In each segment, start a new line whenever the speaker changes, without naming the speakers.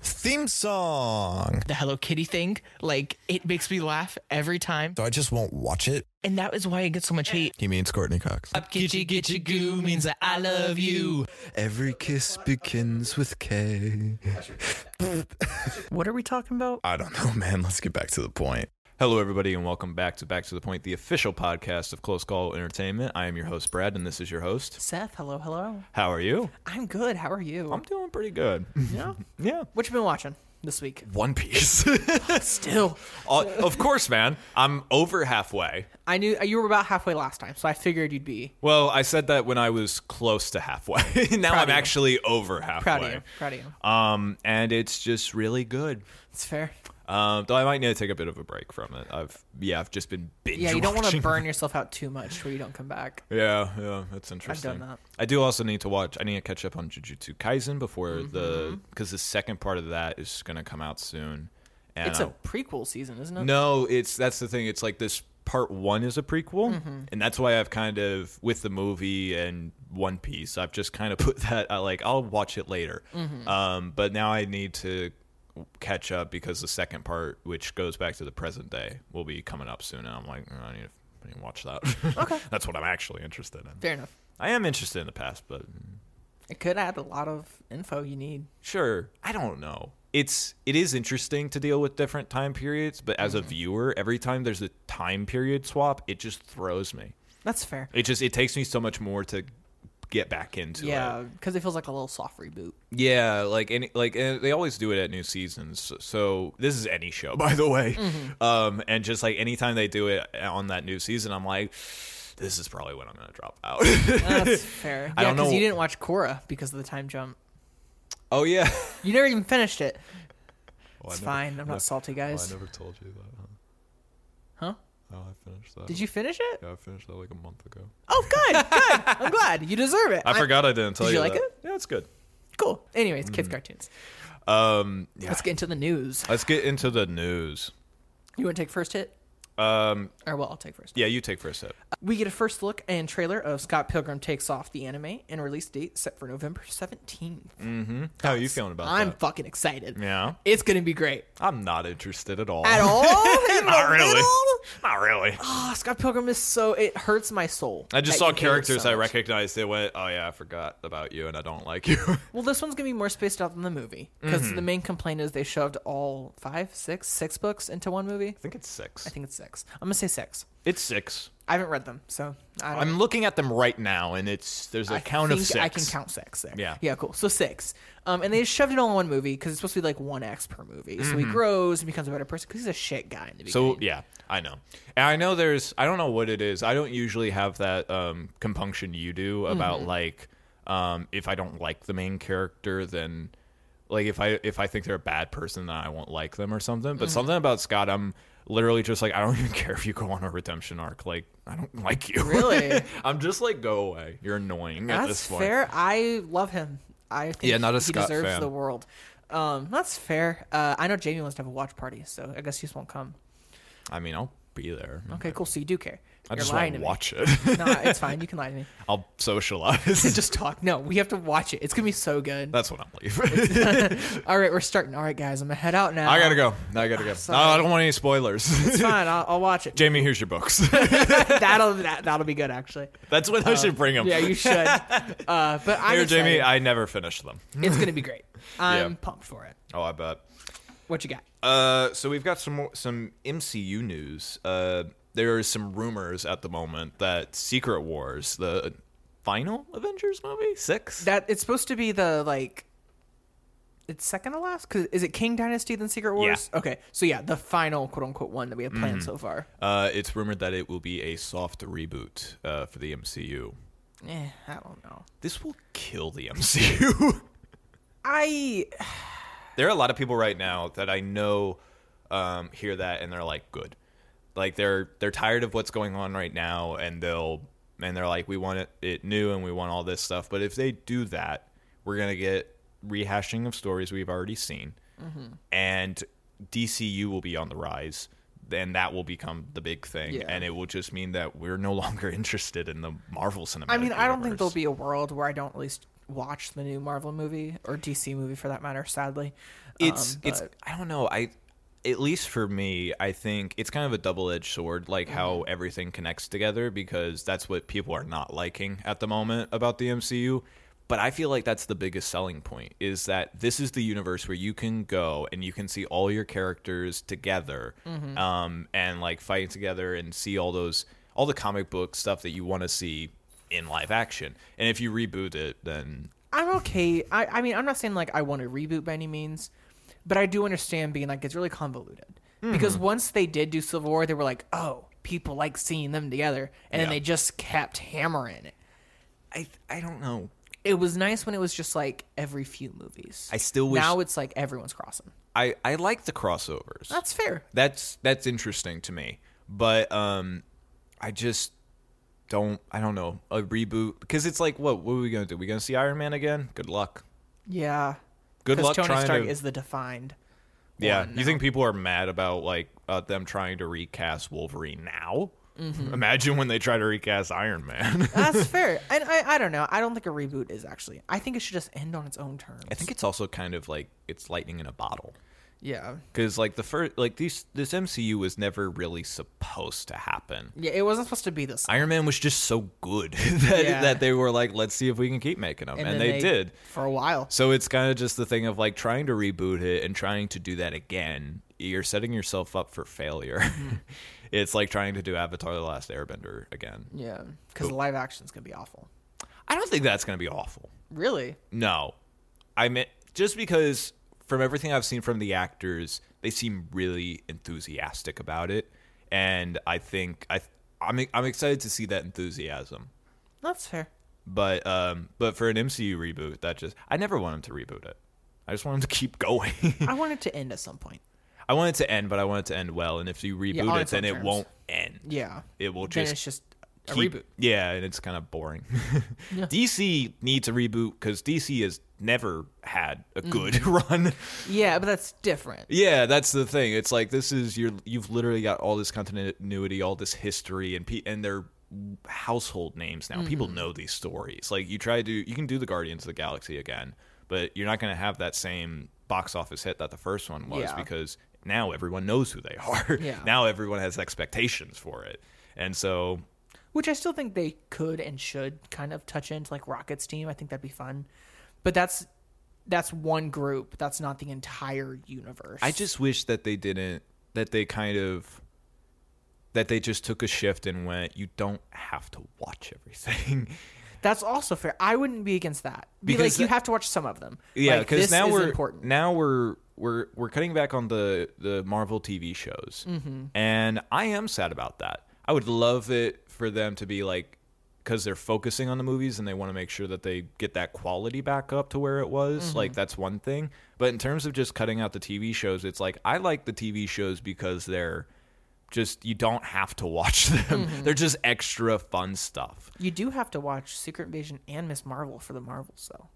theme song.
The Hello Kitty thing, like it makes me laugh every time.
So I just won't watch it.
And that is why it gets so much hate.
He means Courtney Cox.
Up Gitchy Gitchy Goo means that I love you.
Every kiss begins with K.
What are we talking about?
I don't know, man. Let's get back to the point.
Hello, everybody, and welcome back to Back to the Point, the official podcast of Close Call Entertainment. I am your host, Brad, and this is your host.
Seth, hello, hello.
How are you?
I'm good. How are you?
I'm doing pretty good.
yeah.
Yeah.
What you been watching this week?
One Piece.
Still,
Uh, of course, man. I'm over halfway.
I knew you were about halfway last time, so I figured you'd be
Well, I said that when I was close to halfway. now
Proud
I'm
of you.
actually over halfway.
proud of you. Proud of you.
Um, and it's just really good.
It's fair.
Um, though I might need to take a bit of a break from it. I've yeah, I've just been binge.
Yeah, you don't want
watching.
to burn yourself out too much where you don't come back.
Yeah, yeah, that's interesting.
that.
I do also need to watch. I need to catch up on Jujutsu Kaisen before the
Mm-hmm.
because the second part of that is going to come out soon. And
It's
I-
a prequel season, isn't it?
no, it's that's the thing. It's like this part one is a prequel, and that's why I've kind of with the movie and One Piece, I've just kind of put that I like I'll watch it later. Um, but now I need to catch up because the second part, which goes back to the present day, will be coming up soon, and I'm like, "Oh, I need to. I need to watch that. Okay. That's what I'm actually interested in.
Fair enough.
I am interested in the past, but
It could add a lot of info you need.
sure i don't know it's it is interesting to deal with different time periods but as
Mm-hmm.
a viewer every time there's a time period swap it just throws me
That's fair.
it just it takes me so much more to get back into
Yeah,
it
because it feels like a little soft reboot.
yeah like any like and they always do it at new seasons so this is any show by the way
Mm-hmm.
um and just like anytime they do it on that new season i'm like this is probably when i'm gonna drop out
That's fair.
I
Yeah,
don't know-
you didn't watch Korra because of the time jump.
oh yeah
You never even finished it.
Oh, I
It's
never-
fine. I'm
no-
not salty,
oh,
guys.
i never told you that
Huh?
huh oh i finished that
Did you finish it?
yeah i finished that like a month ago
Oh, good, good. I'm glad. You deserve it.
I, forgot I didn't tell
Did
you.
you like
that.
it?
Yeah, it's good.
Cool. Anyways, kids cartoons.
Um, Mm. yeah.
Let's
let's,
get into the news.
get into the news.
You want to take first hit?
Um,
Or well, I'll take first.
yeah, you take first sip.
We get a first look and trailer of Scott Pilgrim Takes Off the anime and release date set for November 17th.
How are you feeling about
I'm
that?
fucking excited.
yeah,
It's going to be great.
I'm not interested at all.
At all?
Not really. Not really.
Oh, Scott Pilgrim is so it hurts my soul.
I just
that
saw
you hate it
characters
so
I
much.
recognized. They went, "Oh yeah, I forgot about you, and I don't like you."
Well, this one's gonna be more spaced out than the movie because
Mm-hmm.
the main complaint is they shoved all five, six, six books into one movie.
I think it's six.
I think it's six. I'm gonna say six.
it's six.
I haven't read them, so I don't
I'm looking at them right now, and it's there's a
I
count of
think
six.
I can count six there.
Yeah.
Yeah, cool. So six. Um, and they just shoved it all in one movie because it's supposed to be like one X per movie. So he grows and becomes a better person because he's a shit guy in the beginning.
Mm-hmm. So yeah, I know, and I know there's. I don't know what it is. I don't usually have that um, compunction you do about
Mm-hmm.
like um, if I don't like the main character, then like if I if I think they're a bad person, then I won't like them or something.
Mm.
But something about Scott, I'm literally just like I don't even care if you go on a redemption arc. Like I don't like you.
Really?
I'm just like go away. You're annoying at
that's
this point.
fair. I love him. I think
Yeah, not a
he
Scott
deserves
fan.
the world. Um, that's fair. Uh, I know Jamie wants to have a watch party, so I guess he just won't come.
I mean, I'll be there.
Okay, cool. So you do care.
Mm-hmm. I
You're
just
lying
want
to
to
me.
watch it.
no, it's fine. You can lie to me.
I'll socialize.
Just talk. No, we have to watch it. It's gonna be so good.
That's when I'm leaving.
All right, we're starting. All right, guys, I'm gonna head out now.
I gotta go. I gotta go. No, I don't want any spoilers.
It's fine. I'll, I'll watch it.
Jamie, here's your books.
that'll that, that'll be good actually.
That's when I should bring them.
Uh, Yeah, you should. Uh, but I'm
Here,
excited.
Jamie, I never finished them.
it's gonna be great. I'm
Yeah.
pumped for it.
Oh, I bet.
What you got?
Uh, so we've got some more, some MCU news. Uh, there are some rumors at the moment that Secret Wars, the final Avengers movie, six.
That it's supposed to be the like. It's second to last. 'Cause is it King Dynasty then Secret Wars? Okay, so yeah, the final quote unquote one that we have planned so far.
Uh, it's rumored that it will be a soft reboot uh, for the MCU.
Eh, I don't know.
This will kill the MCU.
I
there are a lot of people right now that I know um, hear that and they're like, good. Like they're they're tired of what's going on right now, and they'll and they're like, we want it, it new and we want all this stuff. But if they do that, we're gonna get rehashing of stories we've already seen,
Mm-hmm.
and DCU will be on the rise. Then that will become the big thing,
Yeah.
and it will just mean that we're no longer interested in the Marvel cinematic.
I mean I don't think
universe.
there'll be a world where I don't at least watch the new Marvel movie or DC movie for that matter. Sadly,
it's
Um,
it's
but-
I don't know. I at least for me, I think it's kind of a double-edged sword like how everything connects together because that's what people are not liking at the moment about the MCU. But I feel like that's the biggest selling point is that this is the universe where you can go and you can see all your characters together um, and like fighting together and see all those all the comic book stuff that you want to see in live action. And if you reboot it, then
I'm okay. I, I mean, I'm not saying like I want to reboot by any means, but I do understand being like it's really convoluted
Mm-hmm.
because once they did do Civil War, they were like, oh, people like seeing them together, and then
Yeah.
they just kept hammering it.
I I don't know.
It was nice when it was just like every few movies.
I still wish-
now it's like everyone's crossing.
I I like the crossovers.
That's fair.
that's that's interesting to me but um i just don't i don't know a reboot because it's like what what are we gonna do we gonna see iron man again good luck
Yeah.
Good
Because
luck
Tony
trying
Stark
to-
is the defined.
yeah
one
you think people are mad about like uh, them trying to recast wolverine now imagine when they try to recast iron man
That's fair. And I, I don't know. I don't think a reboot is actually. I think it should just end on its own terms.
i think it's also kind of like it's lightning in a bottle
yeah.
because like the first like these this mcu was never really supposed to happen
Yeah, it wasn't supposed to be this.
Iron Man was just so good that,
Yeah.
that they were like, let's see if we can keep making them. And,
then
they did.
For a while.
So it's kind of just the thing of like trying to reboot it and trying to do that again. You're setting yourself up for failure. it's like trying to do Avatar: The Last Airbender again.
Yeah. Because the live action's going to be awful.
I don't think that's going to be awful.
Really?
No, I mean just because from everything I've seen from the actors, they seem really enthusiastic about it, and I think I I'm I'm excited to see that enthusiasm.
That's fair.
But um, but for an MCU reboot, that just I never want him to reboot it. I just want him to keep going.
I want it to end at some point.
I want it to end, but I want it to end well. And if you reboot
on
it,
its own
then it
terms.
won't end.
Yeah.
It will
then
just
it's just a
keep-
reboot.
Yeah, and it's kind of boring. DC needs a reboot because DC has never had
Mm-hmm.
a good run.
Yeah, but that's different.
Yeah, that's the thing. It's like this is your you've literally got all this continuity, all this history, and pe- and they're household names now. People know these stories. Like you try to you can do the Guardians of the Galaxy again, but you're not going to have that same box office hit that the first one was
Yeah.
because now everyone knows who they are.
Yeah.
Now everyone has expectations for it, and so
Which I still think they could and should kind of touch into like Rocket's team. I think that'd be fun. But that's that's one group. That's not the entire universe.
I just wish that they didn't that they kind of that they just took a shift and went. You don't have to watch everything.
That's also fair. I wouldn't be against that. Be
Because
like you
that-
have to watch some of them.
Yeah,
Like,
because
this
now
is
we're
important.
now we're we're we're cutting back on the the Marvel TV shows,
Mm-hmm.
and I am sad about that. I would love it for them to be like because they're focusing on the movies and they want to make sure that they get that quality back up to where it was.
Mm-hmm.
Like that's one thing, but in terms of just cutting out the TV shows, it's like I like the TV shows because they're just you don't have to watch them.
Mm-hmm.
They're just extra fun stuff.
you do have to watch Secret Invasion and Miss Marvel for the Marvels though,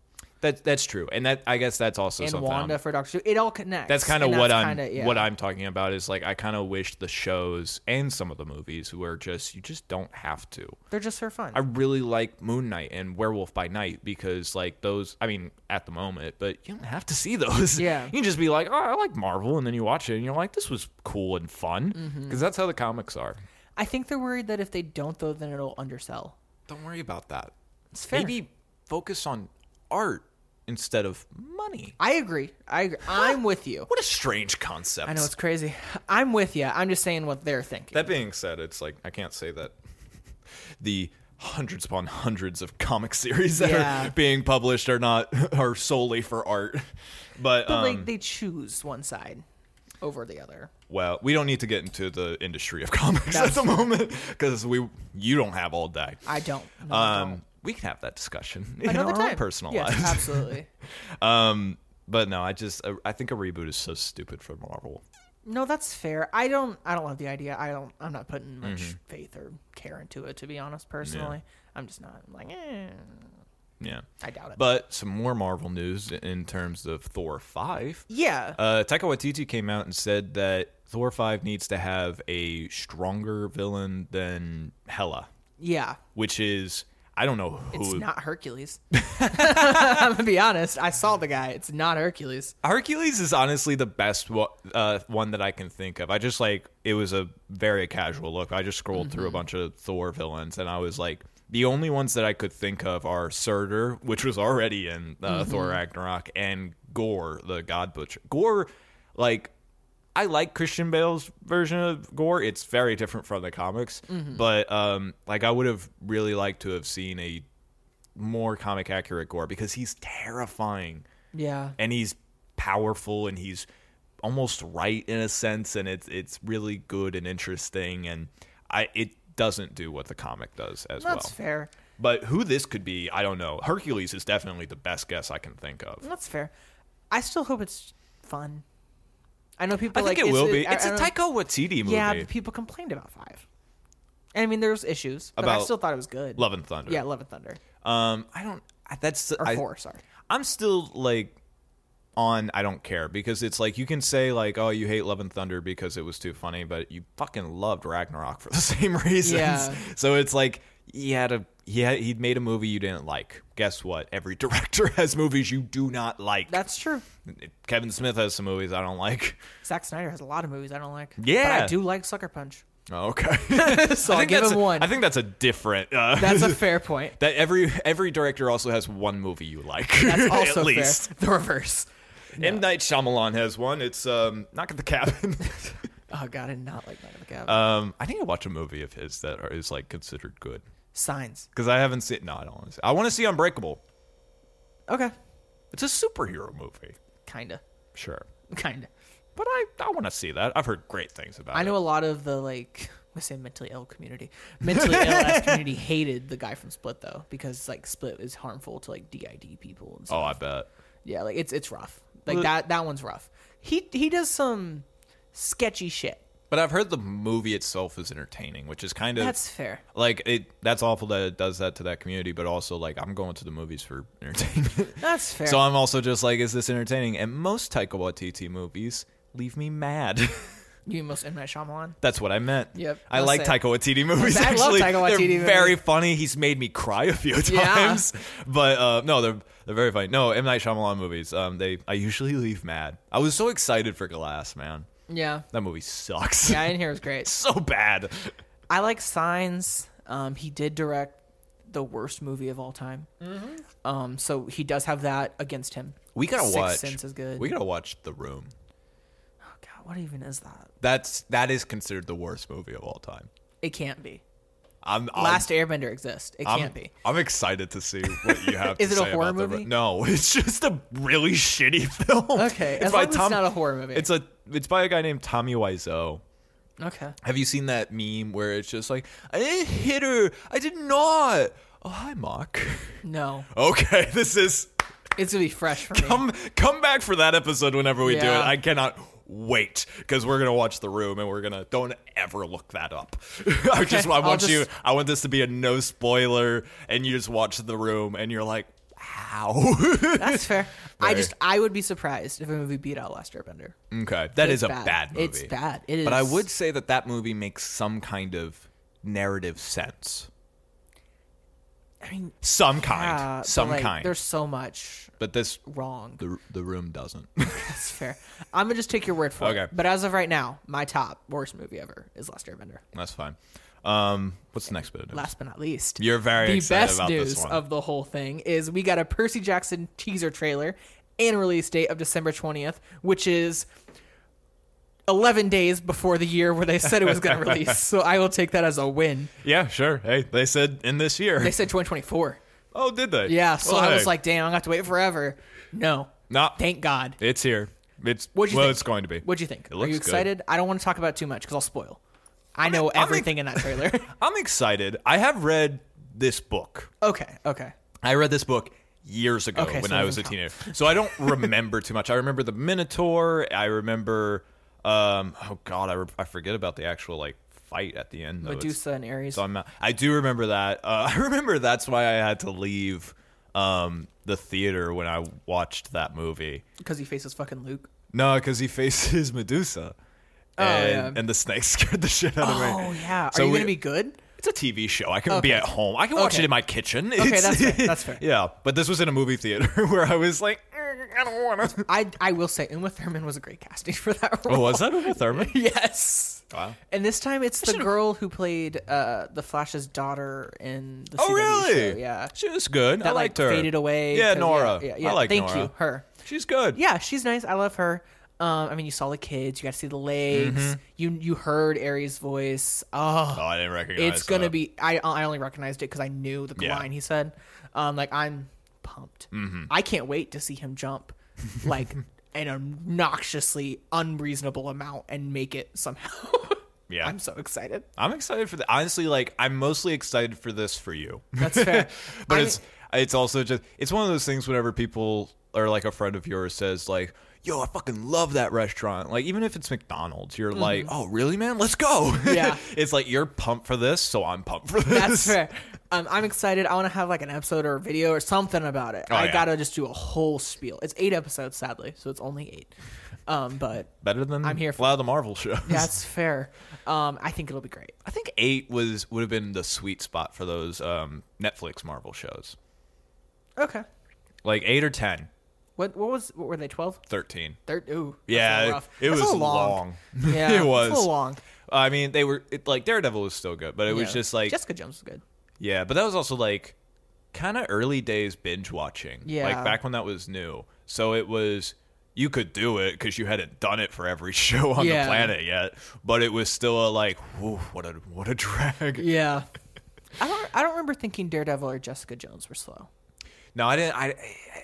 That that's true, and that I guess that's also
and
something I'm-
Wanda for Doctor. Who. It all connects.
that's kind of
and
what I'm
kinda- yeah.
what I'm talking about is like I kind of wish the shows and some of the movies were just you just don't have to.
They're just for fun.
I really like Moon Knight and Werewolf by Night because like those I mean at the moment, but you don't have to see those.
Yeah.
You can just be like, "Oh, I like Marvel," and then you watch it and you're like, "This was cool and fun."
Mm-hmm.
Cuz that's how the comics are.
I think they're worried that if they don't though, then it'll undersell.
Don't worry about that.
It's fair.
Maybe focus on art instead of money.
I agree. I agree. I'm with you.
What a strange concept.
I know it's crazy. I'm with you. I'm just saying what they're thinking.
That being said, it's like I can't say that the hundreds upon hundreds of comic series that
Yeah.
are being published are not are solely for art. But,
but
um,
like they choose one side over the other.
well, we don't need to get into the industry of comics
That's
at the moment because we you don't have all day.
I don't. No, I
um,
don't.
we can have that discussion in
Another
our
time.
own personal
yes,
lives.
absolutely.
Um, but no, I just uh, I, I think a reboot is so stupid for Marvel.
No, that's fair. I don't. I don't love the idea. I don't. I'm not putting much
Mm-hmm.
faith or care into it, to be honest. Personally, I'm just not I'm like. Eh,
Yeah.
I doubt it.
But some more Marvel news in terms of Thor 5.
yeah,
Uh, Taika Waititi came out and said that Thor 5 needs to have a stronger villain than Hela,
yeah,
which is, I don't know who.
It's not Hercules. I'm gonna be honest. I saw the guy. It's not Hercules.
Hercules is honestly the best wo- uh, one that I can think of. I just like it was a very casual look. I just scrolled through a bunch of Thor villains, and I was like, the only ones that I could think of are Surtur, which was already in uh, Thor Ragnarok, and Gore, the God Butcher. Gore, like I like Christian Bale's version of Gore. It's very different from the comics, but um, like I would have really liked to have seen a more comic accurate Gore because he's terrifying
Yeah.
and he's powerful and he's almost right in a sense and it's it's really good and interesting and I it doesn't do what the comic does as
That's
well.
fair.
But who this could be, I don't know. Hercules is definitely the best guess I can think of.
That's fair. I still hope it's fun. I know people
I think
like
it will be.
I-
it's
I
a
don't-
Taika Waititi movie.
Yeah, but people complained about five. And I mean, there's issues, but I
About
still thought it was good.
Love and Thunder.
Yeah, Love and Thunder
Um, I don't. I- That's
or
I,
four. Sorry.
I'm still like on I don't care because it's like you can say like oh you hate Love and Thunder because it was too funny but you fucking loved Ragnarok for the same reasons.
Yeah.
So it's like he had a he had, he made a movie you didn't like. Guess what? Every director has movies you do not like.
That's true.
Kevin Smith has some movies I don't like.
Zack Snyder has a lot of movies I don't like. but I
Yeah.
do like Sucker Punch.
Oh, okay. I
So I'll
think
give
that's
him
a-
one.
I think that's a different uh,
That's a fair point.
that every every director also has one movie you like.
That's also
at least.
fair. The reverse.
M Night Shyamalan has one. It's um Knock at the Cabin.
Oh god, I did not like Night of the Cab.
Um, I think I watch a movie of his that are, is like considered good
Signs.
because I haven't seen. No, I don't want to see. I want to see Unbreakable.
Okay.
It's a superhero movie,
Kinda.
sure,
Kinda.
but I I want to see that. I've heard great things about.
I know
it.
a lot of the like we say mentally ill community, mentally ill ass community hated the guy from Split though because like Split is harmful to like DID people. And stuff.
Oh, I bet.
Yeah, like it's it's rough. Like
Well-
that that one's rough. He he does some sketchy shit.
But I've heard the movie itself is entertaining, which is kind of
That's fair.
like it. That's awful that it does that to that community, but also like I'm going to the movies for entertainment.
That's fair.
so I'm also just like, is this entertaining? And most Taika Waititi movies leave me mad.
you must end my Shyamalan.
That's what I meant.
Yep,
I
that's
like
it.
Taika Waititi movies.
I love
actually.
Taika
they're
Waititi movies.
very funny. He's made me cry a few
Yeah.
times. But uh, no, they're they're very funny. No, M Night Shyamalan movies. Um, they I usually leave mad. I was so excited for Glass, man.
Yeah.
That movie sucks.
Yeah, I didn't hear it was great.
so bad.
I like Signs. Um, he did direct the worst movie of all time. Um, so he does have that against him.
We gotta
Sixth
watch.
Sense is good.
We gotta watch The Room.
Oh God, what even is that?
That's that is considered the worst movie of all time.
It can't be.
I'm I'm-
Last Airbender exists. It
I'm,
can't be.
I'm excited to see what you have.
Is
to
it a
say
horror
about The
movie?
Room. no, it's just a really shitty film.
Okay, as long as it's not a horror movie.
It's a it's by a guy named Tommy Wiseau.
Okay.
Have you seen that meme where it's just like, I didn't hit her, I did not. Oh hi, Mock.
No,
Okay, this is
it's gonna be fresh for me.
come come back for that episode whenever we do
Yeah.
it. I cannot wait because we're gonna watch the room and we're gonna don't ever look that up. I just I
I'll
want
just-
you I want this to be a no spoiler and you just watch the room and you're like, wow.
That's fair. I
Very.
just I would be surprised if a movie beat out Last Airbender.
Okay, that is
It's
a bad, movie.
It's bad. It is.
But I would say that that movie makes some kind of narrative sense.
I mean,
Some kind,
yeah, but,
some
like,
kind.
There's so much
but this
wrong.
the the room doesn't.
That's fair. I'm gonna just take your word for it.
Okay.
But as of right now, my top worst movie ever is Last Airbender.
That's fine. Um, what's the next bit of news?
Last but not least,
You're very
the
excited
best
about
news
this one.
of the whole thing is we got a Percy Jackson teaser trailer and release date of December 20th, which is 11 days before the year where they said it was going to release. So I will take that as a win.
yeah, sure. Hey, they said in this year.
They said 2024.
oh, did they?
Yeah, so
Well,
I
hey.
was like, damn, I'm going to have to wait forever. No.
Nah.
Thank God.
it's here. It's
What'd you
well,
think?
it's going to be.
What'd you think?
It
Are
looks
you
good.
excited? I don't want to talk about it too much because I'll spoil. I know
I'm
everything in that trailer.
I'm excited. I have read this book.
okay, okay.
I read this book years ago
Okay,
when
so it
I was a
doesn't
teenager, so I don't remember too much. I remember the Minotaur. I remember, um, oh god, I, re- I forget about the actual like fight at the end. though. It's-
Medusa and Ares.
So I'm not, I do remember that. Uh, I remember that's why I had to leave um, the theater when I watched that movie.
Because he faces fucking Luke.
No, because he faces Medusa.
Oh,
and,
yeah.
and the snake scared the shit out of me.
Oh, yeah. Are
So
you
we-
going to be good?
It's a TV show. I can be at home. I can watch
Okay.
it in my kitchen.
Okay,
It's-
that's fair. That's fair.
yeah, but this was in a movie theater where I was like, "Mm, I don't want to.
I I will say Uma Thurman was a great casting for that
Oh,
role.
was that Uma Thurman?
Yes.
Wow.
And this time it's the girl who played uh, the Flash's daughter in the
Oh,
CW
really?
show. Yeah.
she was good. I
That
liked
like
her.
faded away.
Yeah,
'cause-
Nora.
Yeah, yeah,
I like
Thank
Nora.
you. Her.
She's good.
Yeah, she's nice. I love her. Um, I mean, you saw the kids. You got to see the legs.
Mm-hmm.
You you heard Aries' voice. Oh,
Oh, I didn't recognize.
it's gonna
that.
be. I I only recognized it because I knew the
Yeah. Mm-hmm.
line he said. Um, like I'm pumped. I can't wait to see him jump, like an obnoxiously unreasonable amount and make it somehow.
Yeah.
I'm so excited.
I'm excited for the. Honestly, like I'm mostly excited for this for you.
That's fair.
but
I-
it's it's also just it's one of those things whenever people or like a friend of yours says like yo i fucking love that restaurant like even if it's mcdonald's you're like oh really man let's go
Mm-hmm. Yeah.
it's like you're pumped for this so i'm pumped for this
That's fair. Um, I'm excited. I want to have like an episode or a video or something about it. I
Oh, yeah.
gotta just do a whole spiel. It's eight episodes, sadly, so it's only eight. Um, but
better than
I'm here
a
for
lot of the marvel shows
that's fair. Um, I think it'll be great.
i think eight was would have been the sweet spot for those um, netflix marvel shows
Okay.
like eight or ten
What what was what were they? Twelve?
13
Thirteen? Ooh, that's a little
yeah it,
rough.
it
That's a
was
little
long,
Yeah,
it was
It's a little long.
i mean they were it, like daredevil was still good but it was
Yeah.
just like
Jessica Jones was good.
Yeah, but that was also like kind of early days binge watching.
Yeah.
Like back when that was new. So it was, you could do it because you hadn't done it for every show on
Yeah.
the planet yet. But it was still a like, whew, what a, what a drag.
Yeah. I don't I don't remember thinking Daredevil or Jessica Jones were slow.
No, I didn't, I,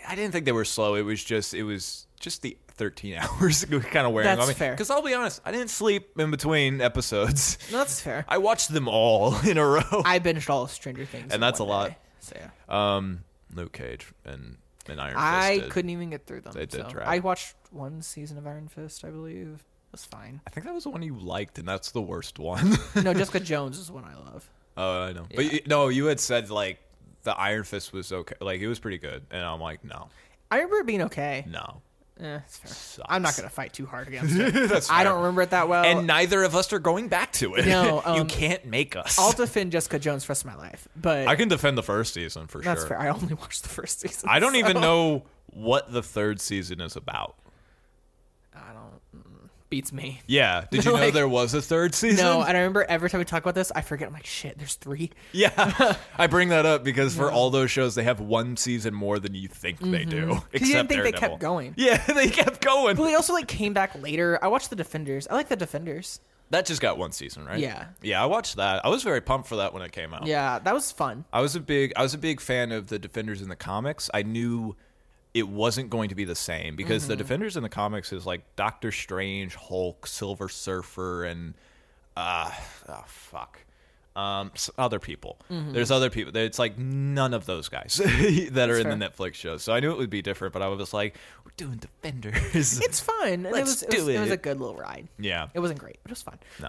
I didn't think they were slow. It was just, it was just the 13 hours kind of wearing
That's
on me.
fair.
Because I'll be honest, I didn't sleep in between episodes.
No, that's fair.
I watched them all in a row.
I binged all of Stranger Things, in
And that's
one
a lot.
day, so yeah.
um, Luke Cage and, and Iron
I
Fist did.
couldn't even get through them.
They did
so.
drag.
I watched one season of Iron Fist, I believe. It was fine.
I think that was the one you liked, and that's the worst one.
No, Jessica Jones is one I love.
Oh, I know. But you, no, you had said like the Iron Fist was okay, like it was pretty good, and I'm like, no,
I remember it being okay.
no.
Eh, it's fair. I'm not
Sucks.
gonna fight too hard against it.
That's
I
fair.
don't remember it that well.
And neither of us are going back to it.
No,
you
um,
can't make us.
I'll defend Jessica Jones for the rest of my life, but
I can defend the first season for
that's
sure.
fair. I only watched the first season.
I don't e-
so-
even know what the third season is about.
I don't. mm, Beats me.
Yeah, did you know
Like-
there was a third season?
No, and I remember every time we talk about this, I forget. I'm like, shit, there's three.
Yeah, I bring that up because for all those shows, they have one season more than you think they do. Except
Mm-hmm. you didn't think they
Daredevil.
kept going.
Yeah, they kept going.
But they also like came back later. I watched the Defenders. I like the Defenders.
That just got one season, right?
Yeah.
Yeah, I watched that. I was very pumped for that when it came out.
Yeah, that was fun.
I was a big I was a big fan of the Defenders in the comics. I knew it wasn't going to be the same because
Mm-hmm.
the Defenders in the comics is like Doctor Strange, Hulk, Silver Surfer, and uh oh fuck. Um, s- other people.
Mm-hmm.
There's other people. It's like none of those guys that are in the Netflix show. So I knew it would be different, but I was just like, we're doing Defenders.
It's fun. and it
Let's
was, it
do
was, it. was
it.
a good little ride.
yeah.
It wasn't great, but it was fun.
No.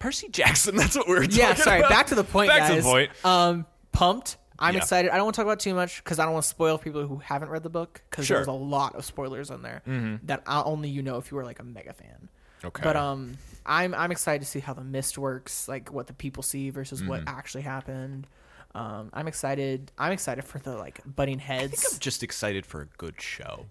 Percy Jackson. That's what we were talking
Yeah, sorry.
about.
Back to the point,
Back
guys.
to the point.
Um, pumped. I'm
Yeah.
excited. I don't want to talk about too much because I don't want to spoil people who haven't read the book because
Sure. Mm-hmm.
there's a lot of spoilers in there that I, only you know if you were like a mega fan.
Okay.
But um, I'm I'm excited to see how the mist works, like what the people see versus what
Mm-hmm.
actually happened. Um, I'm excited. I'm excited for the like butting
I'm
heads.
just excited for a good show.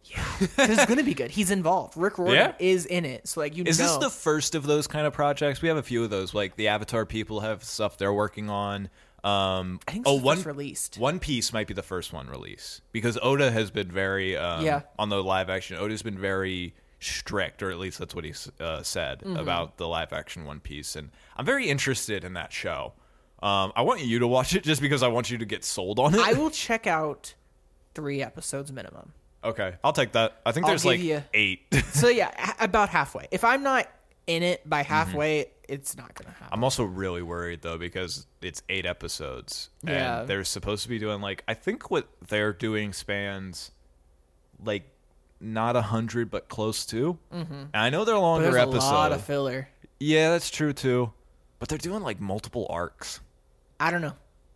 It's gonna be good. He's involved. Rick Riordan
Yeah.
is in it, so like you
Is
know.
this the first of those kind of projects? We have a few of those. Like the Avatar people have stuff they're working on. Um,
I think
oh,
this is the
one-
first released.
One Piece might be the first one release because Oda has been very um,
Yeah.
on the live action. Oda's been very strict, or at least that's what he s- uh, said
Mm-hmm.
about the live action One Piece. And I'm very interested in that show. Um, I want you to watch it just because I want you to get sold on it.
I will check out three episodes minimum.
okay, I'll take that. I think
I'll
there's
give
like
you-
eight.
So yeah, ha- about halfway. If I'm not in it by
Mm-hmm.
halfway, it's not gonna happen.
I'm also really worried though because it's eight episodes and
Yeah.
they're supposed to be doing like I think what they're doing spans like not a hundred but close to. Mm-hmm. And I know they're
But
longer
There's a
episodes.
lot of filler.
yeah, that's true too. But they're doing like multiple arcs.
I don't know.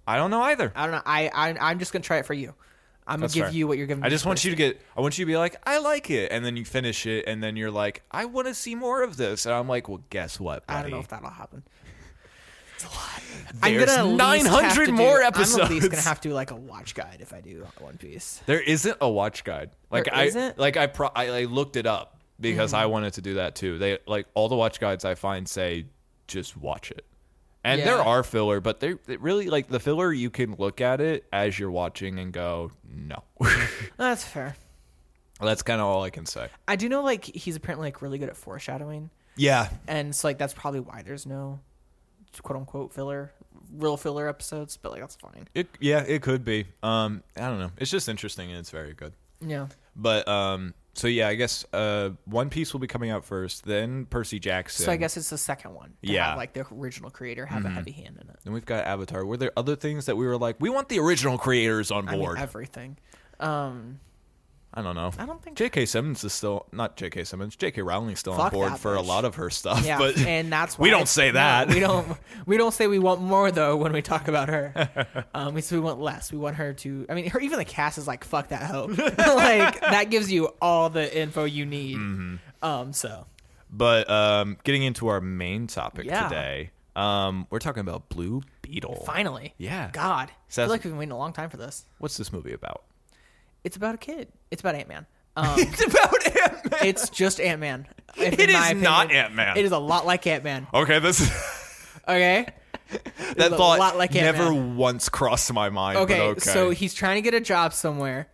I don't know either.
I don't know. I, I I'm just gonna try it for you. I'm
That's
gonna give
fair.
you what you're giving.
I
me
just want
first.
you to get. I want you to be like, I like it, and then you finish it, and then you're like, I want to see more of this, and I'm like, well, guess what, buddy?
I don't know if that'll happen. I'm
There's
gonna at least have
900
to do-
more
I'm at least gonna
episodes.
have to do like a watch guide if I do One Piece.
There isn't a watch guide. Like
There
I
isn't? Mm.
like I, pro- I I looked it up because I wanted to do that too. They like all the watch guides I find say just watch it. And there
Yeah.
are filler, but they they really like the filler you can look at it as you're watching and go, "No."
That's fair.
That's kind of all I can say.
I do know like he's apparently like really good at foreshadowing,
Yeah.
and so like that's probably why there's no quote unquote filler, real filler episodes. But like that's fine.
It yeah, it could be. Um I don't know. It's just interesting and it's very good.
Yeah.
But um so yeah, I guess uh One Piece will be coming out first, then Percy Jackson.
So I guess it's the second one. to
Yeah.
have, like the original creator have a heavy hand in it.
then we've got Avatar. Were there other things that we were like, we want the original creators on
I mean,
board?
everything. Um,
I don't know.
I don't think-
J.K. Simmons is still not J.K. Simmons. J.K. Rowling's still on
Fuck
board
that
for a
bitch.
lot of her stuff,
yeah,
but
and that's why
we don't say
no,
that.
we don't. We don't say we want more though when we talk about her. Um, we say we want less. We want her to. I mean, her even the cast is like fuck that hoe. like that gives you all the info you need.
Mm-hmm.
Um, so
But um, getting into our main topic
Yeah.
today, um, we're talking about Blue Beetle.
finally,
Yeah.
God,
So
I
that's-
feel like we've been waiting a long time for this.
What's this movie about?
It's about a kid. It's about Ant Man. Um,
It's about Ant Man.
it's just Ant Man. It
It is not Ant-Man.
It is a lot like Ant Man.
Okay, this
Okay.
that
a
thought
lot like
never
Ant-Man.
once crossed my mind. but
Okay,
okay,
so he's trying to get a job somewhere,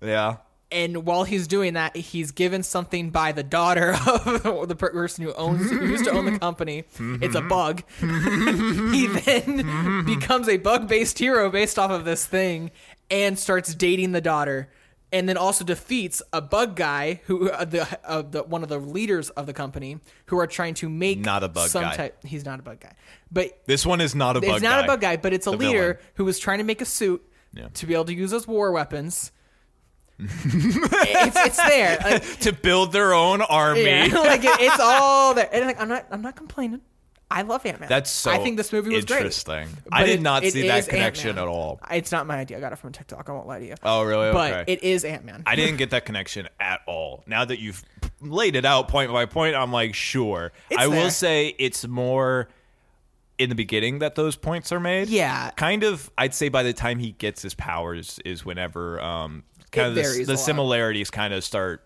yeah,
and while he's doing that, he's given something by the daughter of the person who owns who used to own the company. It's a
Mm-hmm.
bug. he then becomes a bug-based hero based off of this thing, and starts dating the daughter, and then also defeats a bug guy who uh, the, uh, the one of the leaders of the company who are trying to make
Not a bug
some
guy.
Type, he's not a bug guy, but
this one is not a bug.
it's not
guy.
a bug guy, but it's a
The
leader
villain.
who was trying to make a suit
Yeah.
to be able to use as war weapons. it's, it's there, like,
to build their own army.
yeah, like it, it's all there. And like I'm not, I'm not complaining. I love Ant Man.
That's so.
I think this movie was great.
interesting. I
But
did
it-
not
it
see that
is
connection
Ant-Man.
at all.
It's not my idea. I got it from TikTok. I won't lie to you.
Oh, really?
But
okay.
it is Ant Man.
I didn't get that connection at all. Now that you've laid it out point by point, I'm like, sure.
It's
I
there.
will say it's more in the beginning that those points are made.
Yeah.
Kind of, I'd say by the time he gets his powers is whenever um,
It
kind of the,
varies a
the
lot.
similarities kind of start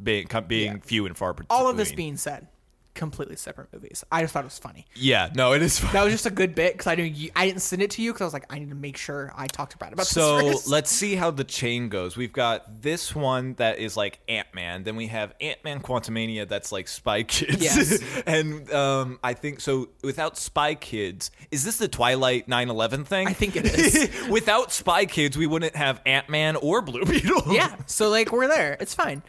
being com- being few and far between.
All of this being said, completely separate movies. I just thought it was funny.
Yeah, no, it is fun.
That was just a good bit because I knew you, I didn't send it to you because I was like, I need to make sure I talked to Brad about this.
So
first.
let's see how the chain goes. We've got this one that is like Ant Man. Then we have Ant Man Quantumania that's like Spy Kids.
Yes.
and um, I think so. Without Spy Kids, is this the Twilight 9 11 thing?
I think it is.
without Spy Kids, we wouldn't have Ant Man or Blue Beetle.
yeah. So like we're there. It's fine.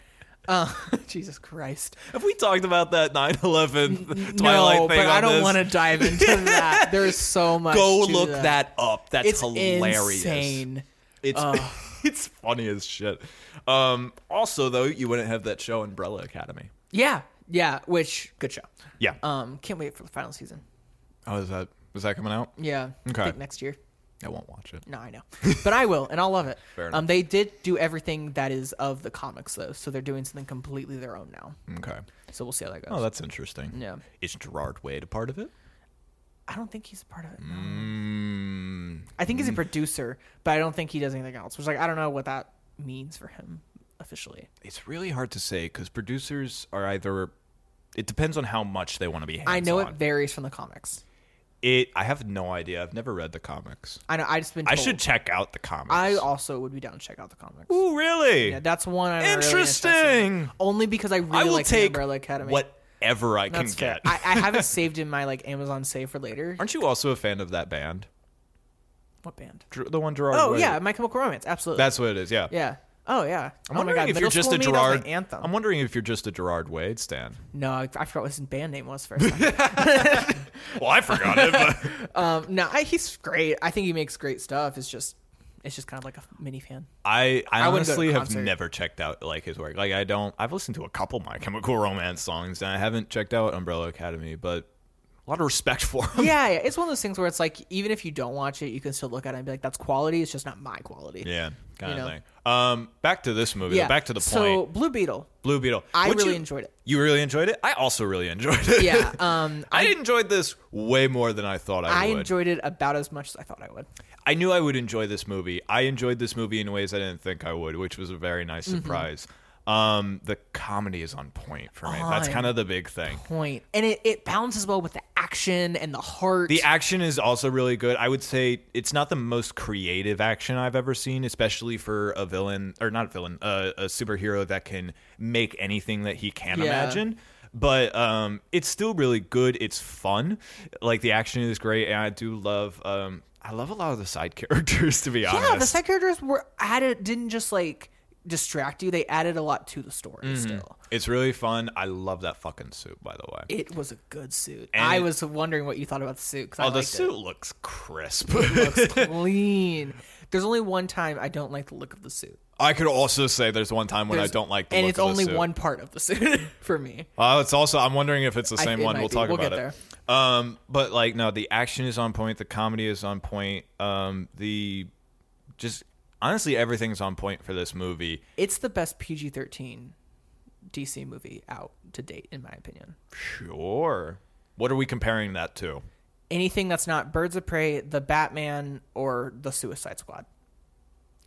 Uh, Jesus Christ.
Have we talked about that 9 11 Twilight
no,
thing?
but I
on
don't
this?
want to dive into that. There's so much.
Go
to
look that. up. That's
It's
hilarious.
insane.
It's
Uh.
it's funny as shit. Um, also, though, you wouldn't have that show Umbrella Academy.
Yeah, yeah. Which good show.
Yeah.
Um, can't wait for the final season.
oh, is that is that coming out?
Yeah.
Okay.
I think next year.
I won't watch it.
No, I know, but I will, and I'll love it.
Fair enough.
um, they did do everything that is of the comics though, so they're doing something completely their own now.
Okay.
So we'll see how that goes.
Oh, that's interesting.
Yeah.
Is Gerard Wade a part of it?
I don't think he's a part of it. no.
Mm.
I think he's a producer, but I don't think he does anything else. Which like I don't know what that means for him officially.
It's really hard to say because producers are either. It depends on how much they want to be. Hands
I know it
on.
varies from the comics.
It. I have no idea. I've never read the comics.
I know. I just been.
I
Told.
should check out the comics.
Oh. I also would be down to check out the comics.
Ooh, really?
Yeah, that's one. I'm really interested in.
interesting.
Only because I really
I will
like the
take
Umbrella Academy.
whatever I can
That's fair.
get.
I, I have it saved in my like Amazon save for later.
Aren't you also a fan of that band?
What band?
Ger- The one Gerard.
Oh
Way-
yeah, My Chemical Romance. Absolutely.
that's what it is. Yeah.
yeah. Oh yeah.
I'm
oh my
wondering
god.
if
middle
you're just
school
a
me, that was my
Gerard
anthem.
I'm wondering if you're just a Gerard Wade stan.
no, I, I forgot what his band name was for. a second.
Well, I forgot it. But
um, no, I, he's great. I think he makes great stuff. It's just, it's just kind of like a mini fan.
I, I,
I wouldn't go to
honestly have
concert.
never checked out like his work. Like I don't. I've listened to a couple of My Chemical Romance songs, and I haven't checked out Umbrella Academy. But a lot of respect for him.
yeah, yeah, it's one of those things where it's like even if you don't watch it, you can still look at it and be like, "That's quality." It's just not my quality.
Yeah, kind of
You know.
thing. Um, back to this movie. though,
yeah.
Back to the
So
point.
Blue Beetle,
Blue Beetle.
I
Would
really
you-
enjoyed it.
You really enjoyed it. I also really enjoyed it.
Yeah. Um,
I enjoyed this way more than I thought I,
I
would.
enjoyed it about as much as I thought I would.
I knew I would enjoy this movie. I enjoyed this movie in ways I didn't think I would, which was a very nice
Mm-hmm.
surprise. Um, the comedy is on point for me. That's
On
kind of the big thing.
Point. And it, it balances well with the action and the heart.
The action is also really good. I would say it's not the most creative action I've ever seen, especially for a villain or not a villain, uh, a superhero that can make anything that he can
Yeah.
imagine. But um, it's still really good. It's fun. Like the action is great, and I do love. Um, I love a lot of the side characters, to be honest.
yeah, the side characters were added, didn't just like distract you, they added a lot to the story
Mm-hmm.
still.
It's really fun. I love that fucking suit, by the way.
It was a good suit.
And
I
it-
was wondering what you thought about the suit because I
oh, the
liked
suit looks crisp.
it. Clean. There's only one time I don't like the look of the suit,
I could also say there's one time when I
There's-
don't like the
and
look
it's
of the
only
suit.
one part of the suit for me.
Uh, it's also. I'm wondering if it's the
I-
same
it
one.
might
We'll
be.
talk
We'll
about
get
it. Um, but like, no, the action is on point. The comedy is on point. Um, the just honestly, everything's on point for this movie.
It's the best PG-13 DC movie out to date, in my opinion.
Sure. What are we comparing that to?
Anything that's not Birds of Prey, The Batman, or The Suicide Squad.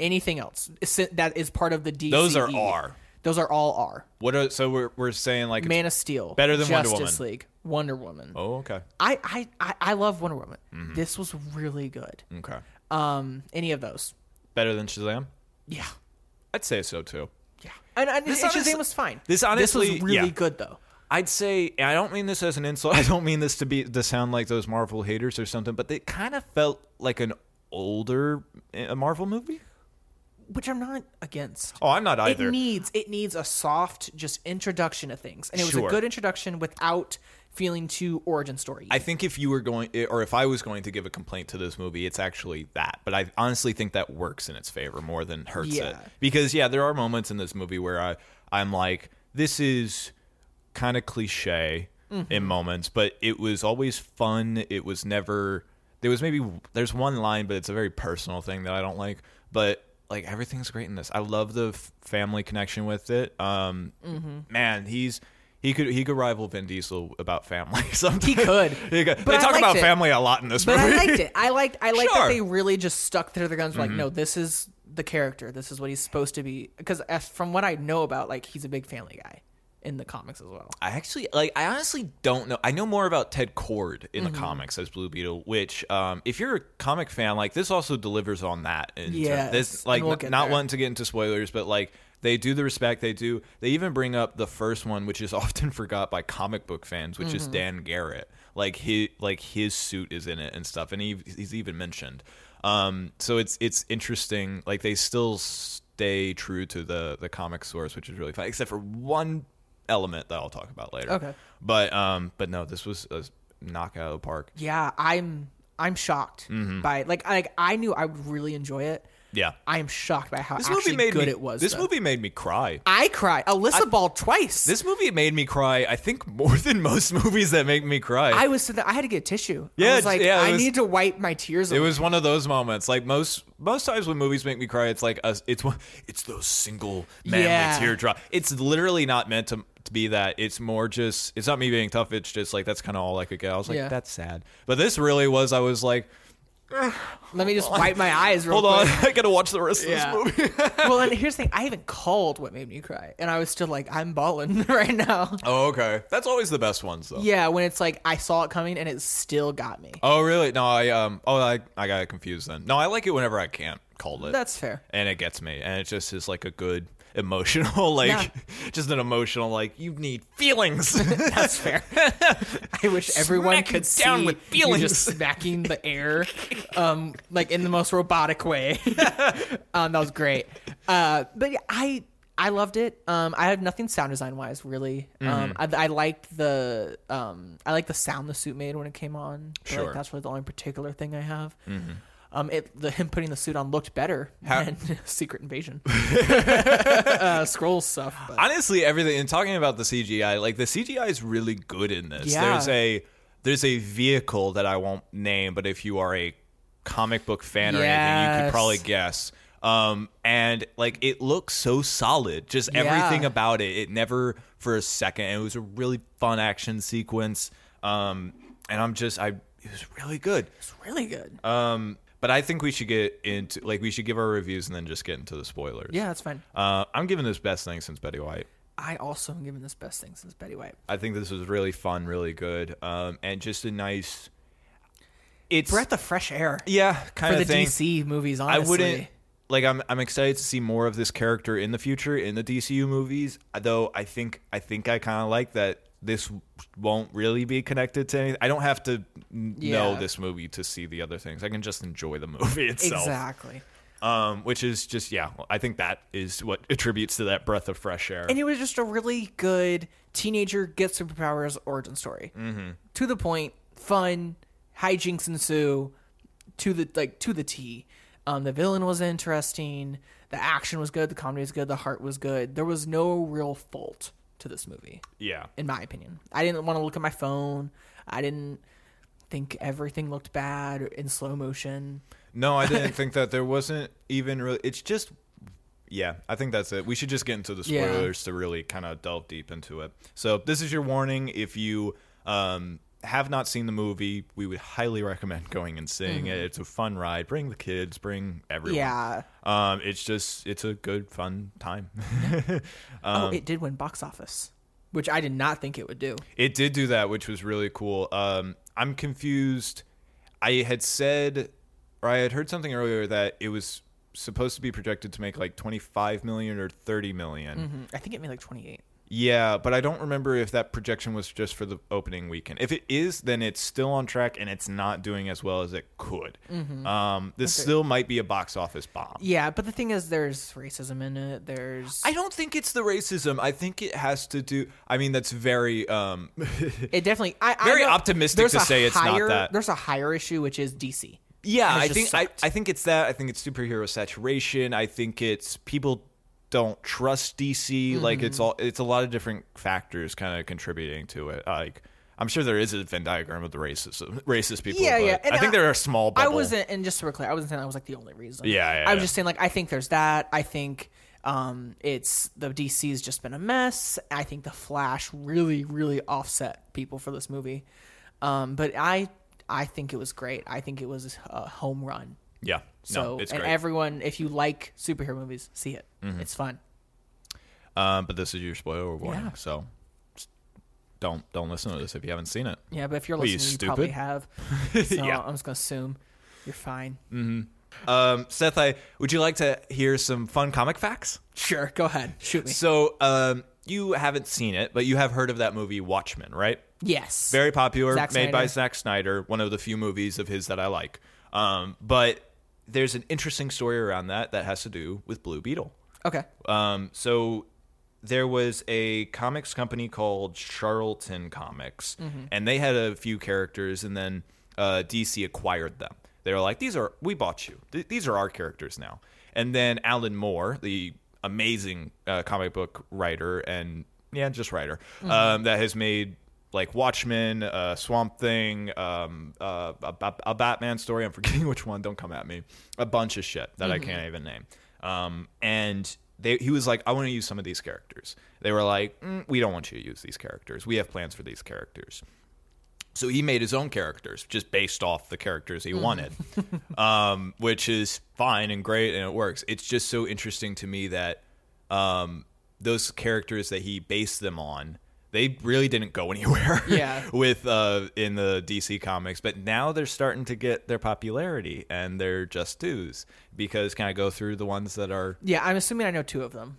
Anything else is- that is part of the DC.
Those are R.
Those are all R.
What are so we're we're saying like it's-
Man of Steel,
better than Wonder
Justice
Woman.
League, Wonder Woman.
Oh, Mm-hmm. okay,
I, I, I, I love Wonder Woman. This was really good.
okay.
Um, any of those?
Better than Shazam?
Yeah,
I'd say so too.
yeah. And, and
This
and
honest-
Shazam was fine.
this honestly-
this was really
yeah.
good though.
I'd say and I don't mean this as an insult. I don't mean this to be to sound like those Marvel haters or something, but it kind of felt like an older uh, Marvel movie.
which I'm not against.
Oh, I'm not either.
It needs it needs a soft just introduction to things, and it was
Sure.
a good introduction without feeling too origin story.
I think if you were going eh, or if I was going to give a complaint to this movie, it's actually that. But I honestly think that works in its favor more than hurts it.
Yeah.
Because yeah, there are moments in this movie where I I'm like this is kind of cliche in
Mm-hmm.
moments, but it was always fun. It was never there was maybe there's one line, but it's a very personal thing that I don't like, but like everything's great in this. I love the f- family connection with it. Um
Mm-hmm.
man, he's he could he could rival Vin Diesel about family sometimes.
He could.
They go-
But
they
I
talk
liked
about
it.
family a lot in this
but
movie.
I liked it. I liked I liked
Sure. Mm-hmm.
that they really just stuck to their guns. Like, no, this is the character. This is what he's supposed to be. Because from what I know about, like he's a big family guy in the comics as well.
I actually like. I honestly don't know. I know more about Ted Cord in
Mm-hmm.
the comics as Blue Beetle, which, um, if you're a comic fan, like this also delivers on that. In ter-
Yes,
this
and
like
we'll
n-
get
not
there.
wanting to get into spoilers, but like they do the respect they do. They even bring up the first one, which is often forgot by comic book fans, which
Mm-hmm.
is Dan Garrett. Like his like his suit is in it and stuff, and he he's even mentioned. Um, so it's it's interesting. Like they still stay true to the the comic source, which is really fun, except for one element that I'll talk about later.
Okay.
But um, but no, this was a knockout of the park.
Yeah, I'm I'm shocked
Mm-hmm.
by like I, like I knew I would really enjoy it.
Yeah.
I am shocked by how
This
actually
movie made
good
me,
it was.
This
though.
movie made me cry.
I cried. Alyssa Ball twice.
This movie made me cry. I think more than most movies that make me cry.
I was sitting there- I had to get tissue.
Yeah,
I was like,
yeah, it
I
was-
need to wipe my tears.
it
away.
was one of those moments. Like most most times when movies make me cry, it's like a, it's one it's those single manly
Yeah.
teardrop. It's literally not meant to to be that. It's more just it's not me being tough. It's just like that's kind of all I could get. I was like
Yeah.
that's sad. But this really was. I was like,
Let me just wipe my eyes. Real
hold on,
quick.
I gotta watch the rest
Yeah.
of this movie.
well, and here's the thing. I even called what made me cry, and I was still like, I'm balling right now.
oh, okay. That's always the best ones though.
Yeah, when it's like I saw it coming and it still got me.
Oh really? No, I um oh I I got confused then. No, I like it whenever I can't call it.
That's fair.
and it gets me. And it just is like a good emotional like just an emotional like you need feelings.
That's fair. I wish everyone
Smack
could
it down
see
with
you
feelings.
just smacking the air, um, like in the most robotic way. um, that was great. Uh, but yeah, I I loved it. Um, I have nothing sound design wise really. Um,
Mm-hmm.
I, I liked the um, I liked the sound the suit made when it came on. I feel like
Sure. Mm-hmm.
that's really the only particular thing I have. Um, it the him putting the suit on looked better
How-
than Secret Invasion, uh, scroll stuff. But.
Honestly, everything and talking about the CGI, like the CGI is really good in this.
Yeah.
There's a there's a vehicle that I won't name, but if you are a comic book fan or anything, you could
Yes.
probably guess. Um, and like it looks so solid, just
Yeah.
everything about it. It never for a second. It was a really fun action sequence. Um, and I'm just I it was really good.
It's really good.
Um, but I think we should get into like we should give our reviews and then just get into the spoilers.
yeah, that's fine.
Uh, I'm giving this best thing since Betty White.
I also am giving this best thing since Betty White.
I think this was really fun, really good, um, and just a nice. It's
Breath of fresh air
yeah,
for
kind
the
of thing.
DC movies.
I
Honestly,
wouldn't like. I'm I'm excited to see more of this character in the future in the DCU movies. Though I think I think I kind of like that this won't really be connected to anything. I don't have to n- know
Yeah.
this movie to see the other things. I can just enjoy the movie itself.
exactly.
Um, which is just yeah. I think that is what attributes to that breath of fresh air.
And it was just a really good teenager gets superpowers origin story. Mm-hmm. To the point, fun, hijinks ensue. To the like to the T. Um, the villain was interesting. The action was good. The comedy was good. The heart was good. There was no real fault to this movie,
yeah.
in my opinion. I didn't want to look at my phone. I didn't think everything looked bad or in slow motion.
No, I didn't think that there wasn't even really. It's just, yeah, I think that's it. We should just get into the
Yeah.
spoilers to really kind of delve deep into it. So this is your warning. If you um, have not seen the movie, we would highly recommend going and seeing it. It's a fun ride. Bring the kids. Bring everyone.
Mm-hmm. Yeah.
Um, it's just it's a good fun time.
oh, it did win box office, which I did not think it would do.
It did do that, which was really cool. Um, I'm confused. I had said, or I had heard something earlier that it was supposed to be projected to make like 25 million or 30 million.
Mhm. I think it made like twenty eight.
Yeah, but I don't remember if that projection was just for the opening weekend. If it is, then it's still on track and it's not doing as well as it could. Um, this still might be a box office bomb.
Yeah, but the thing is, there's racism in it. There's
I don't think it's the racism. I think it has to do. I mean, that's very um,
it definitely. I, I
Very
know
optimistic
there's
to
a
say it's not
higher-
that.
There's a higher issue, which is DC.
Yeah,
And it's
I
just
think I,
sucked.
I think it's that. I think it's superhero saturation. I think it's people don't trust DC. Like
Mm-hmm.
it's all it's a lot of different factors kind of contributing to it. Like I'm sure there is a Venn diagram of the racism racist people.
Yeah,
but
yeah, and
I think
I-
there are small.
I
Bubble.
wasn't, and just to be clear, I wasn't saying that was like the only reason.
Yeah, yeah,
I was
yeah.
just saying like I think there's that. I think um, it's the DC's just been a mess. I think the Flash really, really offset people for this movie. Um, but I, I think it was great. I think it was a home run.
Yeah,
So
no, it's
and
great. Mm-hmm.
everyone, if you like superhero movies, see it. It's fun.
um, but this is your spoiler warning,
Yeah.
so just don't don't listen to this if you haven't seen it.
Yeah, but if you're
What are you,
listening, you, probably
stupid?
have. So
Yeah.
I'm just gonna assume you're fine.
Um, Seth, I would you like to hear some fun comic facts?
Sure, go ahead, shoot me.
So um, you haven't seen it, but you have heard of that movie Watchmen, right?
yes,
Very popular,
Zack
made by
Snyder.
Zack Snyder, one of the few movies of his that I like. Um, but there's an interesting story around that that has to do with Blue Beetle.
okay.
Um, so there was a comics company called Charlton Comics,
Mm-hmm.
and they had a few characters, and then uh, DC acquired them. They were like, "These are we bought you. Th- these are our characters now." And then Alan Moore, the amazing uh, comic book writer and yeah, just writer
Mm-hmm.
um, that has made like Watchmen, uh, Swamp Thing, um, uh, a, Ba- a Batman story. I'm forgetting which one. Don't come at me. A bunch of shit that I can't even name. Um, and they, he was like, I want to use some of these characters. They were like, "Mm, we don't want you to use these characters. We have plans for these characters. So he made his own characters just based off the characters he
Mm.
wanted, um, which is fine and great and it works. It's just so interesting to me that um, those characters that he based them on, they really didn't go anywhere.
Yeah.
with uh, in the DC comics, but now they're starting to get their popularity and their just dues because can I go through the ones that are
Yeah, I'm assuming I know two of them.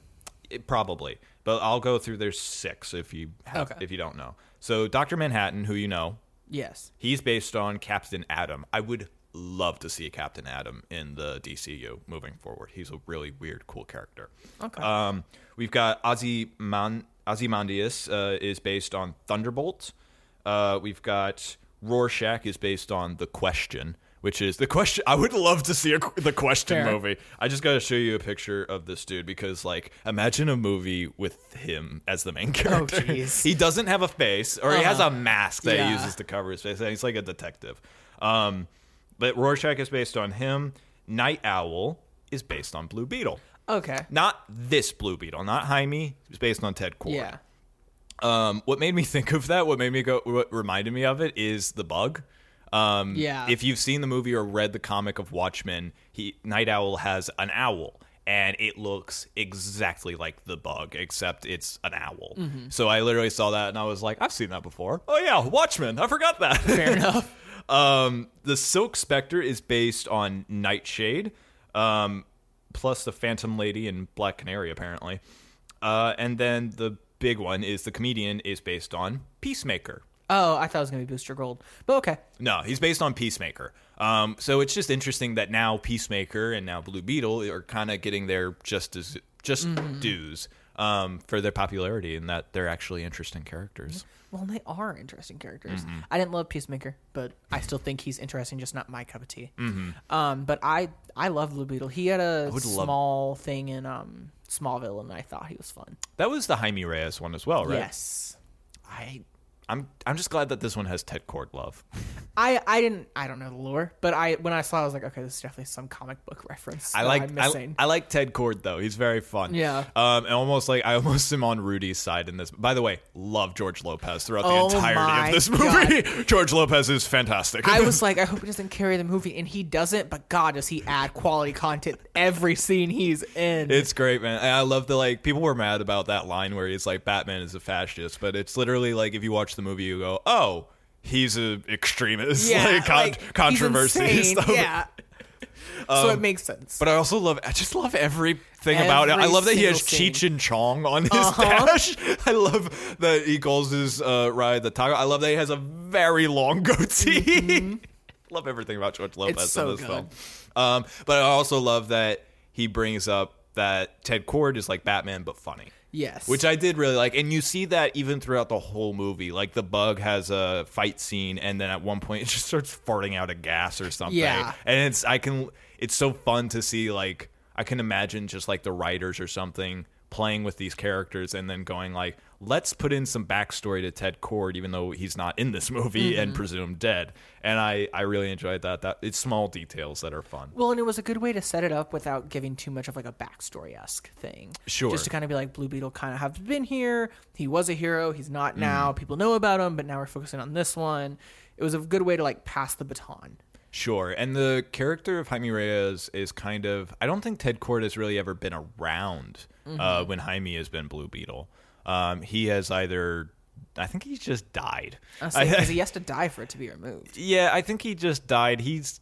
it, probably, but I'll go through. There's six if you have,
Okay.
if you don't know. So Doctor Manhattan, who you know,
Yes.
He's based on Captain Adam. I would love to see a Captain Adam in the DCU moving forward. He's a really weird, cool character.
Okay.
Um, we've got Ozyman- Ozymandias uh, is based on Thunderbolt. Uh, we've got Rorschach is based on The Question, which is the question. I would love to see a, the Question
Fair.
movie. I just got to show you a picture of this dude because, like, imagine a movie with him as the main character.
Oh, jeez.
he doesn't have a face, or he has a mask that he
Uh-huh. Yeah.
uses to cover his face. And he's like a detective. Um, but Rorschach is based on him. Night Owl is based on Blue Beetle.
Okay.
Not this Blue Beetle, not Jaime. It's based on Ted Kord.
Yeah.
Um, what made me think of that, what made me go, what reminded me of it is the bug. Um,
Yeah.
If you've seen the movie or read the comic of Watchmen, he Night Owl has an owl, and it looks exactly like the bug, except it's an owl. So I literally saw that, and I was like, I've seen that before. Oh yeah, Watchmen. I forgot that. Fair enough. Um, the Silk Spectre is based on Nightshade, um, plus the Phantom Lady and Black Canary, apparently. Uh, and then the big one is the comedian is based on Peacemaker.
Oh, I thought it was gonna be Booster Gold, but okay.
No, he's based on Peacemaker. Um, so it's just interesting that now Peacemaker and now Blue Beetle are kind of getting their just as just
Mm-hmm.
dues um, for their popularity and that they're actually interesting characters.
Well, they are interesting characters.
Mm-hmm.
I didn't love Peacemaker, but I still think he's interesting, just not my cup of tea. Um, but I I love Blue Beetle. He had a
Mm-hmm. would love-
small thing in um Smallville, and I thought he was fun.
That was the Jaime Reyes one as well, right?
Yes.
I I'm I'm just glad that this one has Ted Cord love.
I, I didn't I don't know the lore, but I when I saw it, I was like, okay, this is definitely some comic book reference.
I
that
like
Oh, I'm
I,
missing.
I like Ted Cord though. He's very fun.
Yeah.
Um, and almost like I almost am on Rudy's side in this. By the way, love George Lopez throughout
Oh
the
my
entirety of this movie. George Lopez is fantastic.
I was like, I hope he doesn't carry the movie, and he doesn't. But God, does he add quality content every scene he's in?
it's great, man. And I love the like people were mad about that line where he's like Batman is a fascist, but it's literally like if you watch the movie you go, "Oh, he's a extremist." like, con-
he's
controversy and
insane,
stuff. Um,
Yeah. so it makes sense.
But I also love, I just love everything about it. I
Every
love that he has
single Uh-huh. scene.
Cheech and Chong on his dash. I love that he calls his uh, ride the taco. I love that he has a very long goatee. love everything about George Lopez
Mm-hmm. so
in this
good.
film. Um, but I also love that he brings up that Ted Cord is like Batman, but funny.
yes.
Which I did really like. And you see that even throughout the whole movie. Like the bug has a fight scene and then at one point it just starts farting out a gas or something.
Yeah.
And it's I can it's so fun to see like I can imagine just like the writers or something playing with these characters and then going like, let's put in some backstory to Ted Cord, even though he's not in this movie and presumed dead. And I, I really enjoyed that. That it's small details that are fun.
Well, and it was a good way to set it up without giving too much of like a backstory esque thing.
Sure.
Just to kind of be like Blue Beetle kind of have been here. He was a hero. He's
Mm.
not now. People know about him, but now we're focusing on this one. It was a good way to like pass the baton.
Sure. And the character of Jaime Reyes is kind of I don't think Ted Cord has really ever been around uh, when Jaime has been Blue Beetle. Um, he has either I think he's just died. I-
Because he has to die for it to be removed.
yeah, I think he just died. He's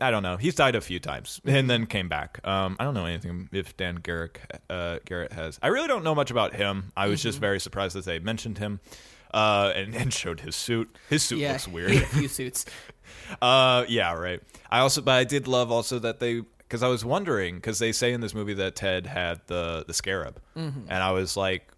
I don't know. He's died a few times and then came back. Um, I don't know anything if Dan Garrick, uh, Garrett has. I really don't know much about him. I was just very surprised that they mentioned him uh, and, and showed his suit. His suit
Yeah.
looks weird.
He had a few suits.
Uh, yeah, right. I also, but I did love also that they, because I was wondering, because they say in this movie that Ted had the the scarab,
Mm-hmm.
and I was like,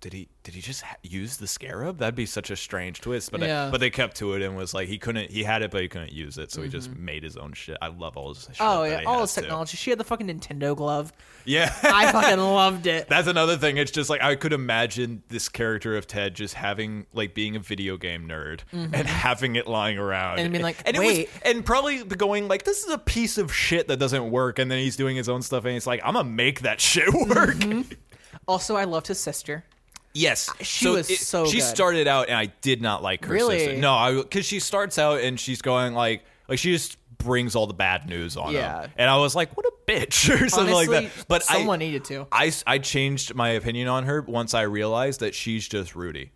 did he did he just ha- use the scarab? That'd be such a strange twist. But I-
Yeah.
but they kept to it and was like he couldn't he had it but he couldn't use it, so he just made his own shit. I love all this. Shit
Mm-hmm. Oh,
that
yeah.
he
All
has
his
too.
technology. She had the fucking Nintendo glove.
Yeah.
I fucking loved it.
That's another thing. It's just like I could imagine this character of Ted just having like being a video game nerd and having it lying around
Mm-hmm. And being like,
and
"Wait."
it was, and probably going like, this is a piece of shit that doesn't work. And then he's doing his own stuff, and he's like, I'm gonna make that shit work.
Mm-hmm. Also, I loved his sister.
Yes,
she was so
She
good.
started out, and I did not like her.
Really?
sister. No, I because she starts out and she's going like, like she just brings all the bad news on.
Yeah.
him. and I was like, what a bitch or something like
Honestly,
that. But I-
someone needed to.
I, s- I changed my opinion on her once I realized that she's just Rudy.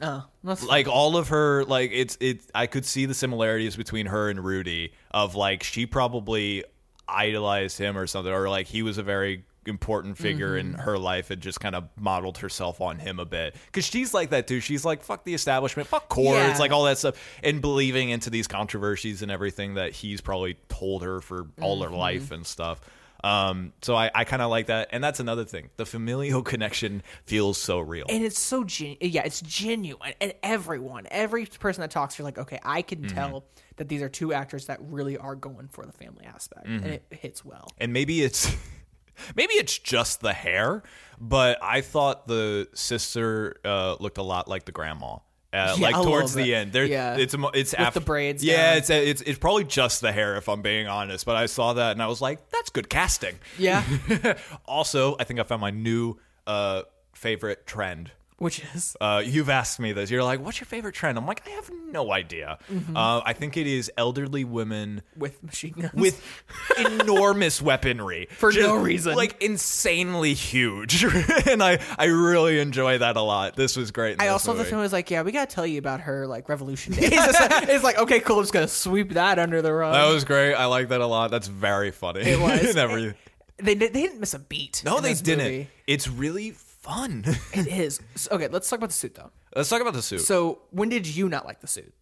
Oh, that's
Like all of her, like it's it. I could see the similarities between her and Rudy. Of like she probably idolized him or something, or like he was a very important figure in
Mm-hmm.
her life and just kind of modeled herself on him a bit. Because she's like that too. She's like fuck the establishment, fuck chords,
Yeah.
like all that stuff, and believing into these controversies and everything that he's probably told her for all her life and stuff. Um, so I, I kind of like that, and that's another thing. The familial connection feels so real.
and it's so gen- yeah it's genuine and everyone every person that talks you're like okay i can
Mm-hmm.
tell that these are two actors that really are going for the family aspect
Mm-hmm.
and it hits well
and maybe it's maybe it's just the hair but i thought the sister uh, looked a lot like the grandma uh,
Yeah,
like
a little
towards the
bit.
end. There,
Yeah.
it's a mo- it's
With
after
the braids
Yeah,
down.
it's, it's it's probably just the hair if I'm being honest. But I saw that and I was like, that's good casting.
Yeah.
also, I think I found my new uh, favorite trend.
Which is
Uh, you've asked me this. You're like, what's your favorite trend? I'm like, I have no idea.
Mm-hmm.
Uh, I think it is elderly women
with machine guns.
with enormous weaponry
For no reason.
like insanely huge. and I I really enjoy that a lot. This was great. in
I
this
also the
movie.
film was like, yeah, we gotta tell you about her like Revolution Day. it's, just like, it's like, okay, cool. I'm just gonna sweep that under the rug.
That was great. I like that a lot. That's very funny. It
was.
and everything.
they, did- they didn't miss a beat.
No,
in
they
this
didn't.
movie.
It's really fun.
It is So- okay. Let's talk about the suit though.
Let's talk about the suit.
So when did you not like the suit?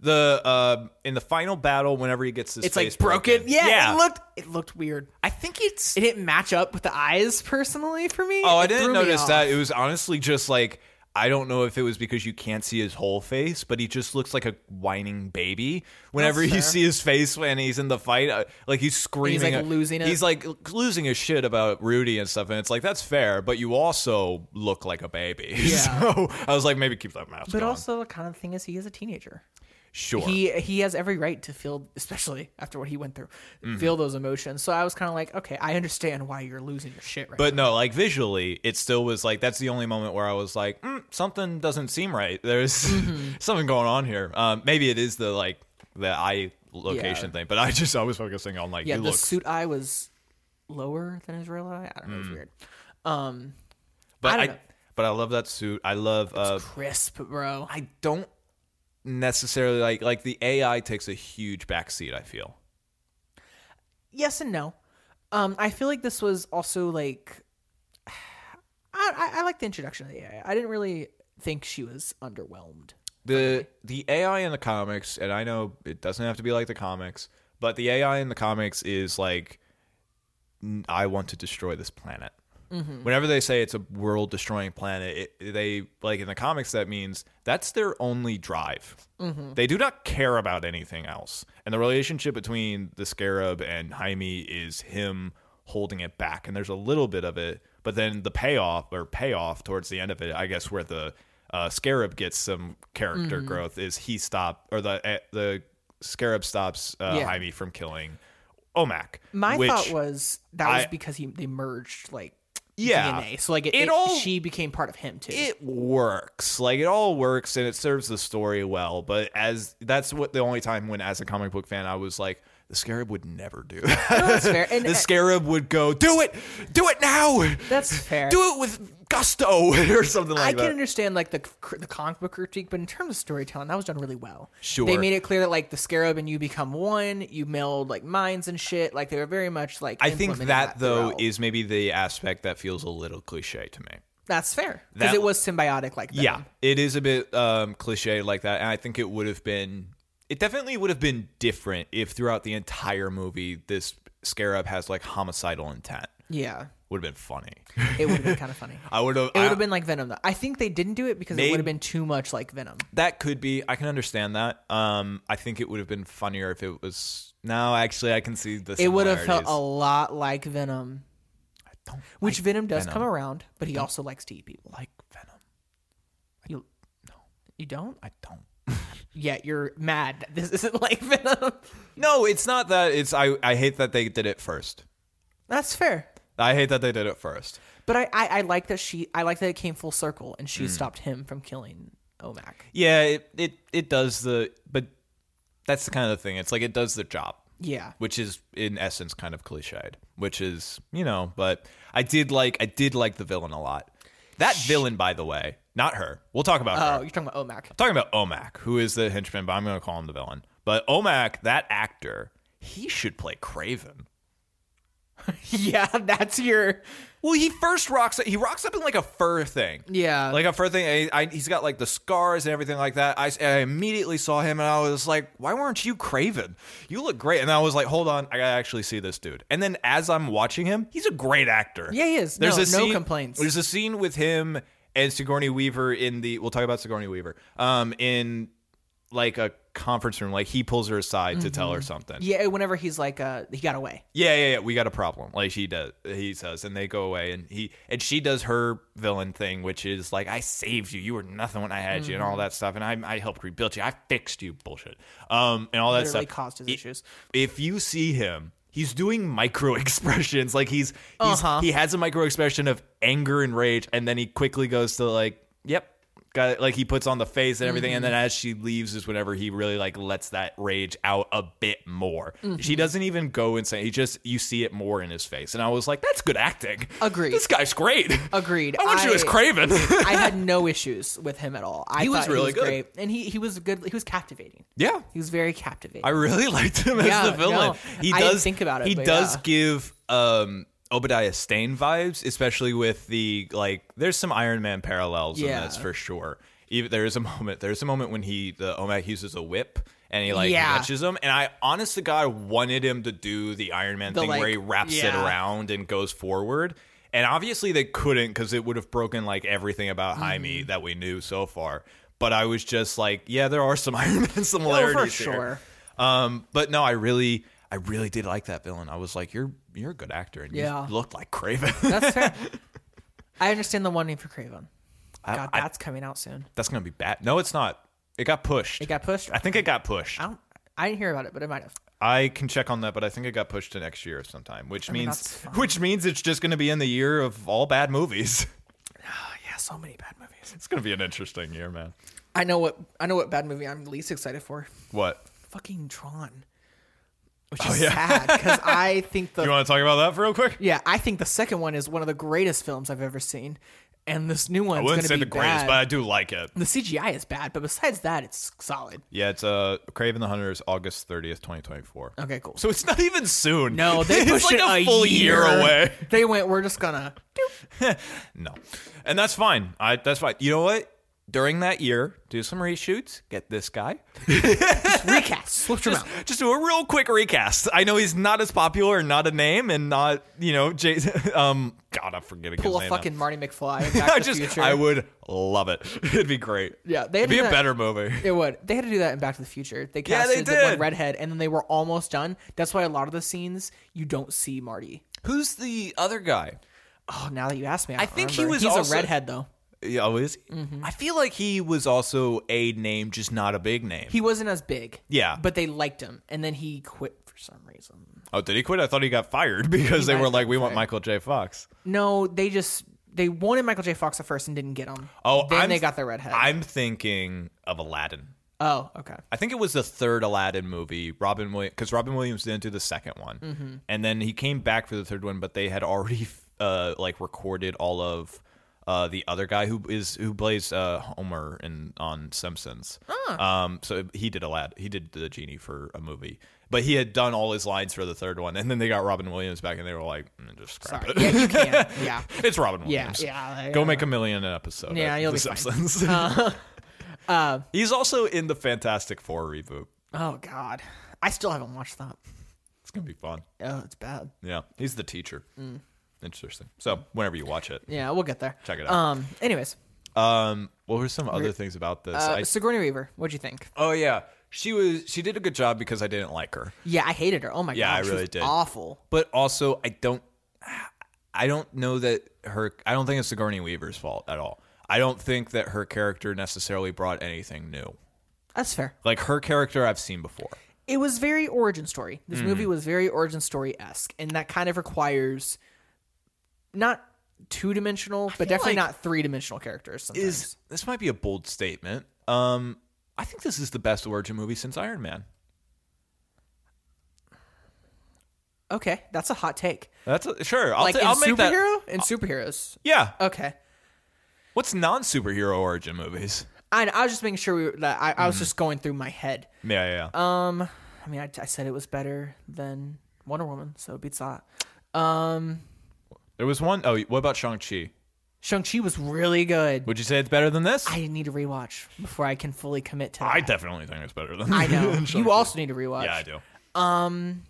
the uh, in the final battle, whenever he gets his
It's
face
like broken. Yeah,
yeah.
it looked it looked weird.
I think it's.
It didn't match up with the eyes personally for me.
oh,
It
I didn't
threw me
notice
off.
that. It was honestly just like I don't know if it was because you can't see his whole face, but he just looks like a whining baby. Whenever
That's
you
fair.
see his face when he's in the fight, uh, like he's screaming,
like, losing it.
He's like losing his shit about Rudy and stuff, and it's like that's fair, but you also look like a baby.
Yeah.
so I was like, maybe keep that mask.
But
on.
also the kind of thing is he is a teenager.
Oh. sure,
He he has every right to feel, especially after what he went through,
Mm-hmm.
feel those emotions. So I was kind of like, okay, I understand why you're losing your shit right.
But no, like visually, it still was like that's the only moment where I was like, mm, something doesn't seem right. There's
Mm-hmm.
something going on here. Um, maybe it is the like the eye location
Yeah.
thing, but I just I was focusing on like
yeah,
you
the
look.
suit eye was lower than his real eye. I don't know,
Mm.
it's weird. Um,
but
I don't know.
but I love that suit. I love. Uh,
crisp, bro.
I don't necessarily like like the AI takes a huge backseat. I feel
yes and no. Um, I feel like this was also like, I I, I like the introduction of the AI. I didn't really think she was underwhelmed.
the the AI in the comics, and I know it doesn't have to be like the comics, but the AI in the comics is like, "N- I want to destroy this planet.
Mm-hmm.
Whenever they say it's a world destroying planet, it, they like in the comics that means that's their only drive.
Mm-hmm.
They do not care about anything else, and the relationship between the Scarab and Jaime is him holding it back, and there's a little bit of it, but then the payoff or payoff towards the end of it, I guess, where the uh, Scarab gets some character
Mm-hmm.
growth is he stop or the eh, the Scarab stops uh,
Yeah.
Jaime from killing Omac.
My
which-
thought was that was
I-
because he they merged like
Yeah.
DNA, so like it,
It
it-
all-
she became part of him too.
it works like it all works and it serves the story well but as that's what the only time when as a comic book fan i was like the scarab would never do that.
that's fair, and uh,
the scarab would go do it do it now
that's fair.
do it with gusto or something
I
like
can
that
understand like the cr- the comic book critique, but in terms of storytelling, that was done really well.
Sure.
they made it clear that like the Scarab and you become one. You meld like minds and shit. Like they were very much like.
i think
implementing
that though
throughout.
is maybe the aspect that feels a little cliche to me
that's fair because
that-
it was symbiotic like that.
Yeah, it is a bit um, cliche like that, and I think it would have been. It definitely would have been different if throughout the entire movie this scarab has like homicidal intent.
yeah,
Would have been funny.
it would have been kind of funny.
I would have.
It would have been like Venom though. I think they didn't do it because it
Maybe-
would have been too much like Venom.
That could be. I can understand that. Um, I think it would have been funnier if it was. No, actually, I can see the.
It would have felt a
similarities.
lot like Venom.
Don't
Which
like
Venom does
Venom.
come around, but he also likes to eat people.
like Venom.
You, you don't?
I don't.
Yet you're mad that this isn't like Venom.
No, it's not that. It's I. I hate that they did it first.
That's fair.
I hate that they did it first.
But I, I, I like that she I like that it came full circle and
Hmm.
she stopped him from killing Omac.
Yeah, it, it it does the but that's the kind of thing. It's like it does the job,
Yeah.
which is in essence kind of cliched, which is you know. But I did like I did like the villain a lot. That villain, by the way, not her. We'll talk about
Oh,
her.
you're talking about Omac.
talking about Omac, who is the henchman, but I'm going to call him the villain. But Omac, that actor, he should play Craven.
yeah, that's your
Well, he first rocks. He rocks up in like a fur thing.
Yeah.
like a fur thing. I, I, he's got like the scars and everything like that. I, I immediately saw him and I was like, "Why weren't you Craven? You look great." And I was like, "Hold on, I gotta actually see this dude." And then as I'm watching him, he's a great actor.
Yeah, he is. No- no complaints.
There's a scene with him and Sigourney Weaver in the. We'll talk about Sigourney Weaver. Um, in like a conference room. Like he pulls her aside to tell her
Mm-hmm.
something.
Yeah, whenever he's like, uh, he got away.
yeah, yeah, yeah, we got a problem. Like she does, he says, and they go away, and he and she does her villain thing, which is like, I saved you, you were nothing when I had you, and all that stuff, and I, I helped rebuild you, I fixed you, bullshit, um, and all that
Literally
stuff.
caused his
I-
issues.
If you see him, he's doing micro expressions, like he's, he's
Uh-huh.
he has a micro expression of anger and rage, and then he quickly goes to like, yep. Got it. Like he puts on the face and everything, and then
Mm-hmm.
as she leaves is whenever he really like lets that rage out a bit more.
Mm-hmm.
She doesn't even go insane. He just you see it more in his face, and I was like, "That's good acting."
Agreed.
This guy's great.
Agreed.
I wish you was
I-
Craven.
I had no issues with him at all. I
He was
thought
really good.
great, and he he was good. He was captivating.
yeah,
He was very captivating.
I really liked him
Yeah,
as the villain.
no,
he
I
does
didn't think about it,
He
but
does
yeah.
give um, Obadiah Stane vibes, especially with the like. There's some Iron Man parallels
Yeah.
in this for sure. Even there is a moment. There's a moment when he the Omak uses a whip and he like
Yeah.
catches him. And I, honest to God, wanted him to do the Iron Man
The,
thing where
like,
he wraps it
yeah.
around and goes forward. And obviously they couldn't because it would have broken like everything about
Mm-hmm.
Jaime that we knew so far. But I was just like, yeah, there are some Iron Man similarities here.
Oh, sure.
Um, but no, I really, I really did like that villain. I was like, you're, you're a good actor, and
Yeah.
you looked like Craven.
That's fair. I understand the wanting for Craven. God,
I-
that's coming out soon.
That's gonna be bad. No, it's not. It got pushed.
It got pushed.
I think it got pushed.
I don't. I didn't hear about it, but it might have.
I can check on that, but I think it got pushed to next year sometime, which
mean,
means
that's fine.
which means it's just gonna be in the year of all bad movies.
Oh, yeah, so many bad movies.
It's gonna be an interesting year, man.
I know what I know what bad movie I'm least excited for.
What?
Fucking Tron, which is sad because I think the
Oh, You want to talk about that for real quick?
yeah I think the second one is one of the greatest films I've ever seen, and this new one's
I wouldn't
gonna
say
be
the greatest,
bad.
but I do like it.
The CGI is bad, but besides that, it's solid.
Yeah, it's uh, Craven the Hunter is August thirtieth, twenty twenty four.
Okay, cool.
So it's not even soon.
no, they
it's
pushed
like
it
a full year away.
They went, we're just gonna.
No, and that's fine. I that's fine. You know what? During that year, do some reshoots. Get this guy.
recast. Swift him out.
Just do a real quick recast. I know he's not as popular, and not a name, and not you know Jason. Um, God, I'm forgetting.
Pull
his
a
name now.
fucking Marty McFly. in Back
I
to the
just.
Future.
I would love it. It'd be great.
Yeah, they
it'd
had
be
to
a
do that-
better movie.
It would. They had to do that in Back to the Future. They
Yeah, they
casted the one
did.
redhead, and then they were almost done. That's why a lot of the scenes you don't see Marty.
Who's the other guy?
Oh, now that you ask me, I, don't
think he
remember.
was
He's
also-
a redhead though.
Yeah, oh, is he?
Mm-hmm.
I feel like he was also a name, just not a big name.
He wasn't as big.
Yeah.
but they liked him, and then he quit for some reason.
oh, did he quit? I thought he got fired because they
might
were
have
like,
got
"We want
fired.
Michael J. Fox."
No, they just they wanted Michael J. Fox at first and didn't get him.
Oh,
then
I'm-
they got the redhead.
I'm thinking of Aladdin.
oh, okay.
I think it was the third Aladdin movie. Robin Williams, because Robin Williams didn't do the second one,
Mm-hmm.
and then he came back for the third one, but they had already uh, like recorded all of uh, the other guy who is who plays uh, Homer in on Simpsons. Um, so he did Aladdin. He did the genie for a movie, but he had done all his lines for the third one, and then they got Robin Williams back, and they were like, mm, "Just scrap
Sorry.
it.
Yeah, you can. Yeah.
it's Robin
Yeah,
Williams.
yeah, I-
Go make a million an episode.
Yeah,
at
you'll
the
be fine. Uh,
Simpsons. He's also in the Fantastic Four reboot.
Oh God, I still haven't watched that.
It's gonna be fun.
Oh, it's bad.
Yeah, he's the teacher.
Mm.
Interesting. So whenever you watch it,
Yeah, we'll get there.
Check it out.
Um. Anyways,
um, what were some other things about this?
uh,
I,
Sigourney Weaver. What'd you think?
oh yeah, she was she did a good job because I didn't like her,
Yeah, I hated her. Oh my god,
Yeah, I
she
really
was
did.
Awful.
but also I don't I don't know that her I don't think it's Sigourney Weaver's fault at all. I don't think that her character necessarily brought anything new.
That's fair.
Like her character I've seen before.
It was very origin story. This
Mm-hmm.
movie was very origin story esque, and that kind of requires not two dimensional, but definitely
like-
not three dimensional characters. Sometimes.
Is this might be a bold statement? Um, I think this is the best origin movie since Iron Man.
okay, that's a hot take.
That's a, sure. I'll,
like
ta-
in
I'll make that.
superhero in superheroes.
Yeah,
Okay.
What's non superhero origin movies?
I, I was just making sure we were, that I, I
Mm-hmm.
was just going through my head.
Yeah, yeah, yeah.
Um, I mean, I, I said it was better than Wonder Woman, so it beats that. Um,
there was one oh what about Shang-Chi?
Shang Chi was really good.
Would you say it's better than this?
I need to rewatch before I can fully commit to that.
I definitely think it's better than
I know. you also need to rewatch.
Yeah, I do.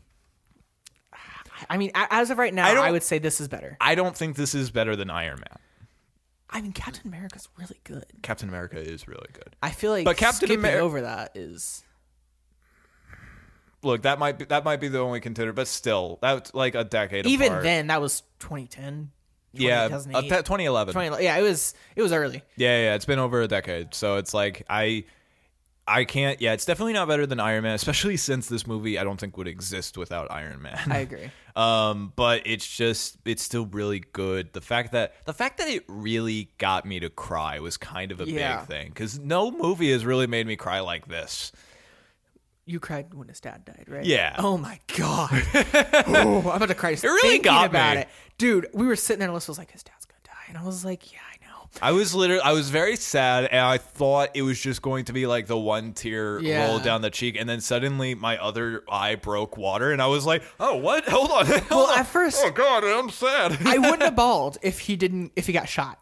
I mean, a- as of right now,
I don't-
I, would say this is better.
I don't think this is better than Iron Man.
I mean, Captain America's really good.
Captain America is really good.
I feel like
But Captain
skipping
Ameri-
over that is
look, that might be that might be the only contender, but still, that's like a decade.
Even
apart.
then, that was 2010.
yeah,
2008,
uh, 2011.
2011. Yeah, it was it was early.
Yeah, yeah, it's been over a decade, so it's like I, I can't. Yeah, it's definitely not better than Iron Man, especially since this movie I don't think would exist without Iron Man.
I agree.
um, but it's just it's still really good. The fact that the fact that it really got me to cry was kind of a
Yeah.
big thing because no movie has really made me cry like this.
You cried when his dad died, right?
Yeah.
Oh my god. oh, I'm about to cry. It
really
thinking
got
about
me.
it, dude. We were sitting there, and Alyssa was like, "His dad's gonna die," and I was like, "Yeah, I know."
I was literally, I was very sad, and I thought it was just going to be like the one tear
Yeah.
roll down the cheek, and then suddenly my other eye broke water, and I was like, "Oh, what? Hold on!" Hold
Well,
on.
at first-
oh god, I'm sad.
I wouldn't have bawled if he didn't if he got shot.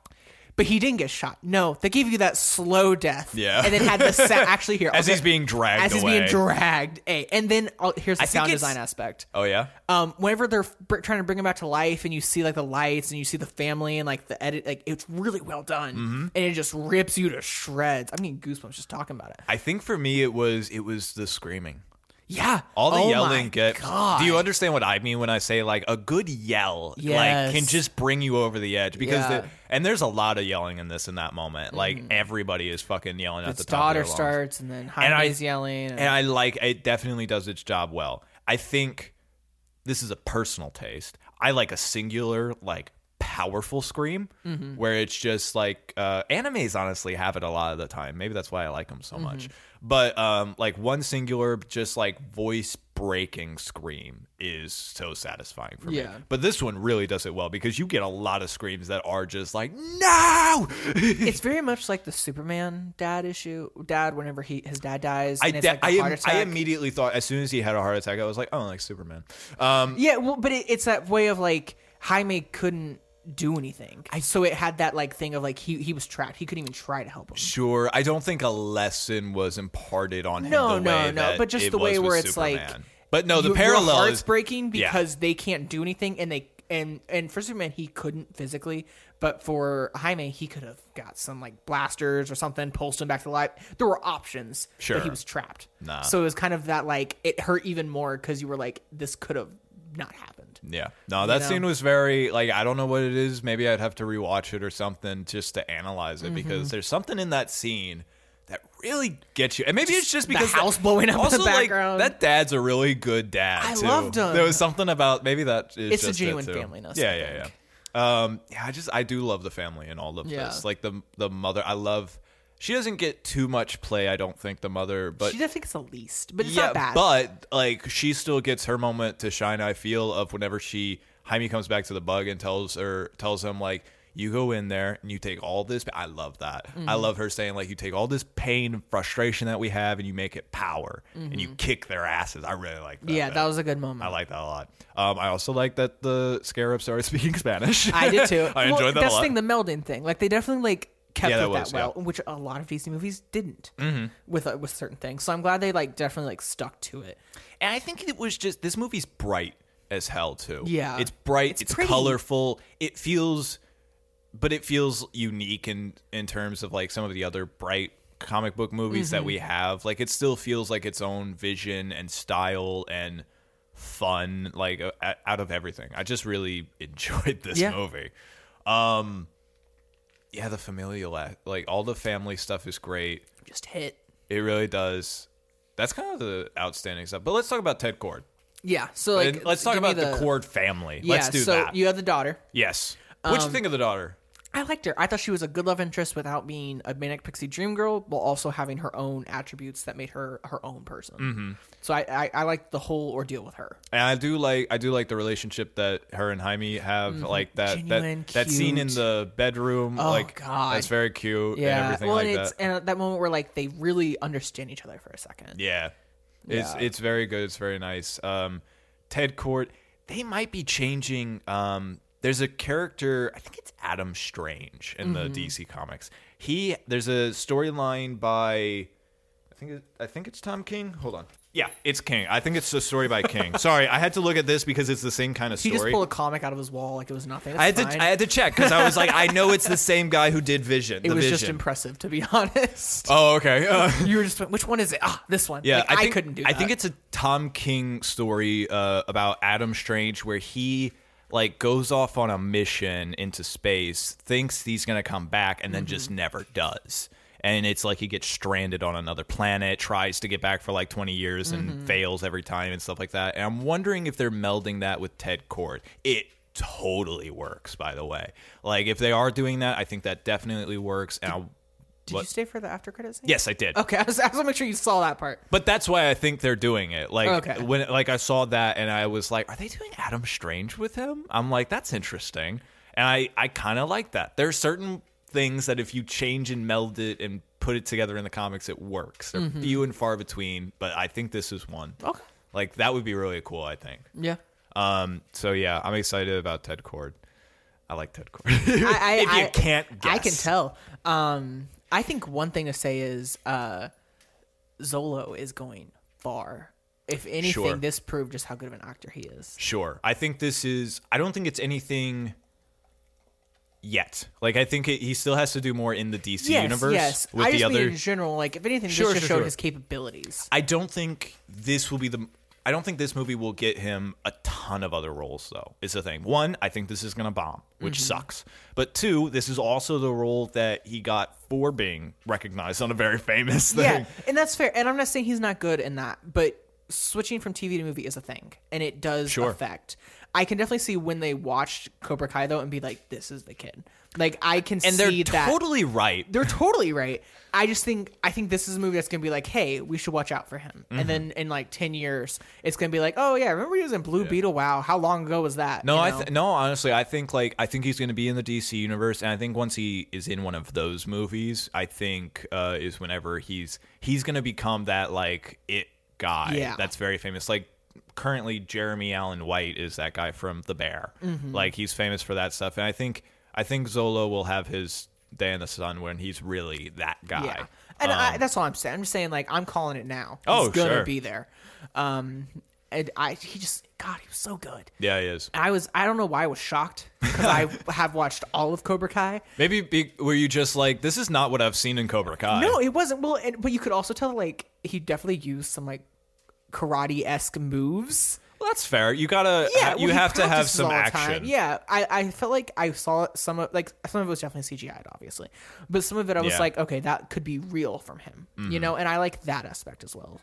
But he didn't get shot. No, they gave you that slow death.
Yeah.
And then had the sa- actually here
As
okay.
he's being dragged
as he's
away.
being dragged. Hey, and then oh, here's the
I think
sound
it's-
design aspect.
oh yeah,
Um, whenever they're br- trying to bring him back to life, and you see like the lights, and you see the family, and like the edit, like it's really well done,
Mm-hmm.
and it just rips you to shreds. I'm getting goosebumps just talking about it.
I think for me it was it was the screaming.
Yeah,
All the
Oh my
yelling get.
God.
Do you understand what I mean when I say like a good yell
Yes.
like can just bring you over the edge because
Yeah.
the, and there's a lot of yelling in this in that moment. Like everybody is fucking yelling at
His
the top of
daughter
their lungs.
starts, and then
And I-
Jaime's yelling.
and I like it definitely does its job well. I think this is a personal taste. I like a singular like powerful scream
Mm-hmm.
where it's just like uh animes honestly have it a lot of the time. Maybe that's why I like them so
Mm-hmm.
much. But um like one singular just like voice breaking scream is so satisfying for
Yeah.
me. But this one really does it well because you get a lot of screams that are just like no.
it's very much like the Superman dad issue. Dad, whenever he his dad dies,
I,
and it's
de-
like a
I,
heart
am,
attack.
I immediately thought as soon as he had a heart attack, I was like, oh, like Superman. Um,
yeah, well, but it, it's that way of like Jaime couldn't do anything, so it had that like thing of like he he was trapped. He couldn't even try to help him.
sure. I don't think a lesson was imparted on him.
No,
the
no,
way
no,
that
but just
it
the way
was with
where it's like,
Superman. But no, the
Your- your
parallel
heart's
is
breaking
yeah.
because they can't do anything, and they and and for Superman he couldn't physically, but for Jaime he could have got some like blasters or something, pulsed him back to life. There were options, but he
Sure.
was trapped.
Nah.
So it was kind of that like it hurt even more because you were like this could have not happened.
Yeah. No, that
know?
scene was very like I don't know what it is. Maybe I'd have to rewatch it or something just to analyze it
Mm-hmm.
because there's something in that scene that really gets you. And maybe it's just
the
because
house blowing up in the
also, like,
background.
that dad's a really good dad.
I
too.
loved him.
There was something about maybe that is
It's a
just it,
genuine
too.
family-ness,
Yeah,
I
yeah,
think.
yeah. Um, yeah, I just I do love the family and all of
Yeah.
this. Like the the mother, I love. She doesn't get too much play, I don't think. The mother, but
she definitely gets the least, but it's not bad.
but like she still gets her moment to shine. I feel of whenever she Jaime comes back to the bug and tells her tells him like you go in there and you take all this. I love that. I
Mm-hmm.
love her saying like you take all this pain and frustration that we have and you make it power and you kick their asses. I really like that.
Mm-hmm. yeah,
bit.
that was a good moment.
I like that a lot. Um, I also like that the scarab started speaking Spanish.
I did too.
I
Well,
enjoyed that
That's
a lot.
the thing, the melding thing. Like they definitely like kept
Yeah, Mm-hmm.
with
that was,
that, well,
yeah.
which a lot of Disney movies didn't with uh, with certain things. So I'm glad they like definitely like stuck to it.
And I think it was just this movie's bright as hell too.
Yeah.
it's bright.
It's
It's,
pretty.
colorful. It feels, but it feels unique in in terms of like some of the other bright comic book movies that
Mm-hmm.
we have. Like it still feels like its own vision and style and fun. Like uh, out of everything, I just really enjoyed this
Yeah.
movie. Um, yeah, the familial a- like all the family stuff is great.
Just hit.
It really does. That's kind of the outstanding stuff. But let's talk about Ted Cord.
Yeah. So like
And let's talk
give me
about the, Cord family.
Yeah,
let's do
so
that.
you Um, have the daughter.
yes. What'd you think of the daughter?
I liked her. I thought she was a good love interest without being a manic pixie dream girl, while also having her own attributes that made her her own person. Mm-hmm. So I, I I liked the whole ordeal with her.
And I do like I do like the relationship that her and Jaime have, like that
Mm-hmm. Genuine,
that that scene in
cute.
the bedroom.
Oh,
like
God.
that's very cute and everything
well,
like
and
that.
it's and that moment where like they really understand each other for a second.
Yeah. It's
Yeah.
it's very good. It's very nice. Um, Ted Court, they might be changing. Um, there's a character, I think it's Adam Strange in
Mm-hmm.
the DC comics. He there's a storyline by, I think it, I think it's Tom King. Hold on, Yeah, it's King. I think it's a story by King. Sorry, I had to look at this because it's the same kind of
He
story.
just pulled a comic out of his wall like it was nothing. It's
I had to
fine.
I had to check because I was like, I know it's the same guy who did Vision.
it
the
was
Vision.
just impressive, to be honest.
Oh, okay. Uh,
you were just went, which one is it? Ah, this one.
yeah,
Like, I,
think,
couldn't do.
I
That.
think it's a Tom King story uh, about Adam Strange where he like goes off on a mission into space, thinks he's gonna come back, and then
Mm-hmm.
just never does. And it's like he gets stranded on another planet, tries to get back for like 20 years and
Mm-hmm.
fails every time and stuff like that. And I'm wondering if they're melding that with Ted Kord. It totally works, by the way. Like, if they are doing that, I think that definitely works. And I'll,
Did you
what-
stay for the after credits? Scene?
yes, I did.
Okay, I was, I was gonna make sure you saw that part.
But that's why I think they're doing it. Like
Okay.
when like I saw that and I was like, are they doing Adam Strange with him? I'm like, that's interesting. And I I kind of like that. There are certain things that if you change and meld it and put it together in the comics, it works. They're few and far between, but I think this is one.
Mm-hmm. Okay.
Like that would be really cool, I think.
Yeah.
Um so yeah, I'm excited about Ted Cord. I like Ted Cord. if
I,
you
I, I-
can't guess.
I can tell. Um, I think one thing to say is uh, Zolo is going far. If anything,
Sure.
this proved just how good of an actor he is.
Sure. I think this is. I don't think it's anything yet. Like I think it, he still has to do more in the DC universe
yes.
with
I
the
just mean
other.
in general, like if anything,
Sure,
this just
sure,
showed
sure.
his capabilities.
I don't think this will be the. I don't think this movie will get him a ton of other roles, though. Is the thing. One, I think this is going to bomb, which
Mm-hmm.
sucks. But two, this is also the role that he got for being recognized on a very famous thing.
Yeah, and that's fair. And I'm not saying he's not good in that, but switching from TV to movie is a thing, and it does
Sure.
affect. I can definitely see when they watched Cobra Kai though, and be like, "This is the kid." Like I can
And they're
see that.
totally right.
they're totally right. I just think I think this is a movie that's gonna be like, hey, we should watch out for him.
Mm-hmm.
And then in like ten years, it's gonna be like, oh yeah, remember he was in Blue Beetle? Wow, how long ago was that?
No,
You
I
know?
th- no. Honestly, I think like I think he's going to be in the DC universe, and I think once he is in one of those movies, I think uh, is whenever he's he's going to become that like it guy
Yeah.
that's very famous. Like currently, Jeremy Allen White is that guy from The Bear.
Mm-hmm.
Like he's famous for that stuff, and I think I think Zolo will have his day in the sun when he's really that guy.
yeah. And I, that's all I'm saying. I'm just saying, like, I'm calling it now. He's
um, Oh,
gonna
sure.
be there. Um, and I, he just, God, he was so good.
Yeah, he is.
I was, I don't know why I was shocked because I have watched all of Cobra Kai.
Maybe be, were you just like this is not what I've seen in Cobra Kai?
No, it wasn't. Well, and, but you could also tell, like, he definitely used some like karate esque moves.
Well, that's fair. You gotta.
yeah,
ha-
well,
you
he
have to have
practices
some
all the time.
action.
Yeah, I, I felt like I saw some of like some of it was definitely CGI'd, obviously, but some of it I was
Yeah. Mm-hmm.
like, okay, that could be real from him, you know. And I like that aspect as well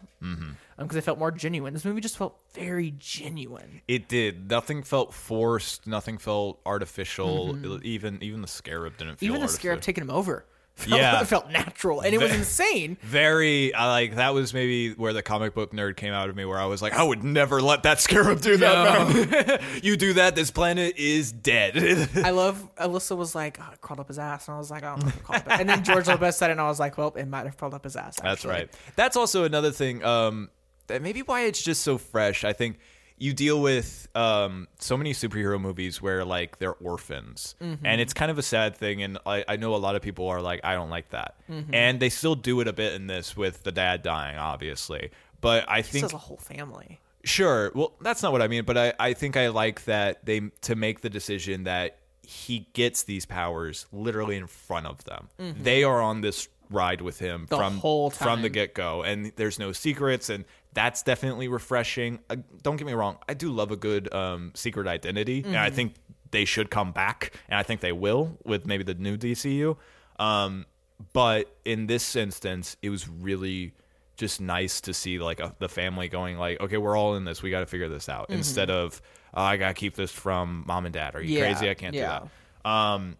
because it felt more genuine. This movie just felt very genuine.
It did. Nothing felt forced. Nothing felt artificial. Even even the scarab didn't feel.
Mm-hmm. Even the
artificial.
scarab taking him over, felt,
Yeah.
felt natural, and it was
Ve-
insane.
Very I like that was maybe where the comic book nerd came out of me, where I was like, I would never let that scarab do that. man. you do that, this planet is dead.
I love Alyssa was like oh, it crawled up his ass, and I was like, I don't know if it crawled up. his-" And then George Lopez said it, and I was like, well, it might have crawled up his ass.
That's
actually.
right. That's also another thing. Um, that maybe why it's just so fresh. I think you deal with um, so many superhero movies where like they're orphans, and it's kind of a sad thing. And I, I know a lot of people are like, I don't like that, and they still do it a bit in this with the dad dying, obviously. But I
This
think
is a whole family.
Sure. Well, that's not what I mean, but I, I think I like that they to make the decision that he gets these powers literally in front of them. They are on this ride with him
Mm-hmm. The
from
whole
from the
time.
get go, and there's no secrets, and that's definitely refreshing. Uh, don't get me wrong, I do love a good um, secret identity, and
Mm-hmm.
I think they should come back, and I think they will with maybe the new DCU. Um, but in this instance, it was really just nice to see like a, the family going like, okay, we're all in this, we got to figure this out, instead of oh, I got to keep this from mom and dad. Are you
Mm-hmm. Yeah,
crazy? I can't
yeah.
do that Mm-hmm.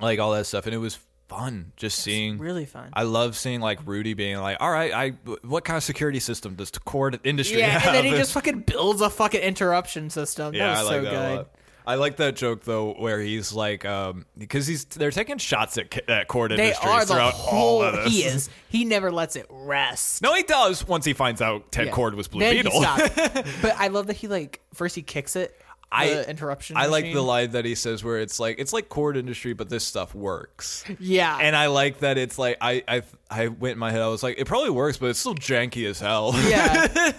like all that stuff and it was fun just seeing
really fun.
i love seeing like rudy being like all right i what kind of security system does the court industry
Yeah,
have
and then he just fucking builds a fucking interruption system.
yeah
that
i
was
like
so
that a
good.
lot. I like that joke though, where he's like, um, because he's they're taking shots at, ca- at court
They
industries
are the
throughout
whole.
all of this.
He is. He never lets it rest.
No, he does once he finds out Ted
Yeah.
Cord was Blue
Then he
Beetle.
stopped. but I love that he like first he kicks it.
I
the interruption.
I like the
machine.
line that he says where it's like it's like cord industry, but this stuff works.
yeah,
And I like that it's like I I I went in my head. I was like, it probably works, but it's still janky as hell.
yeah.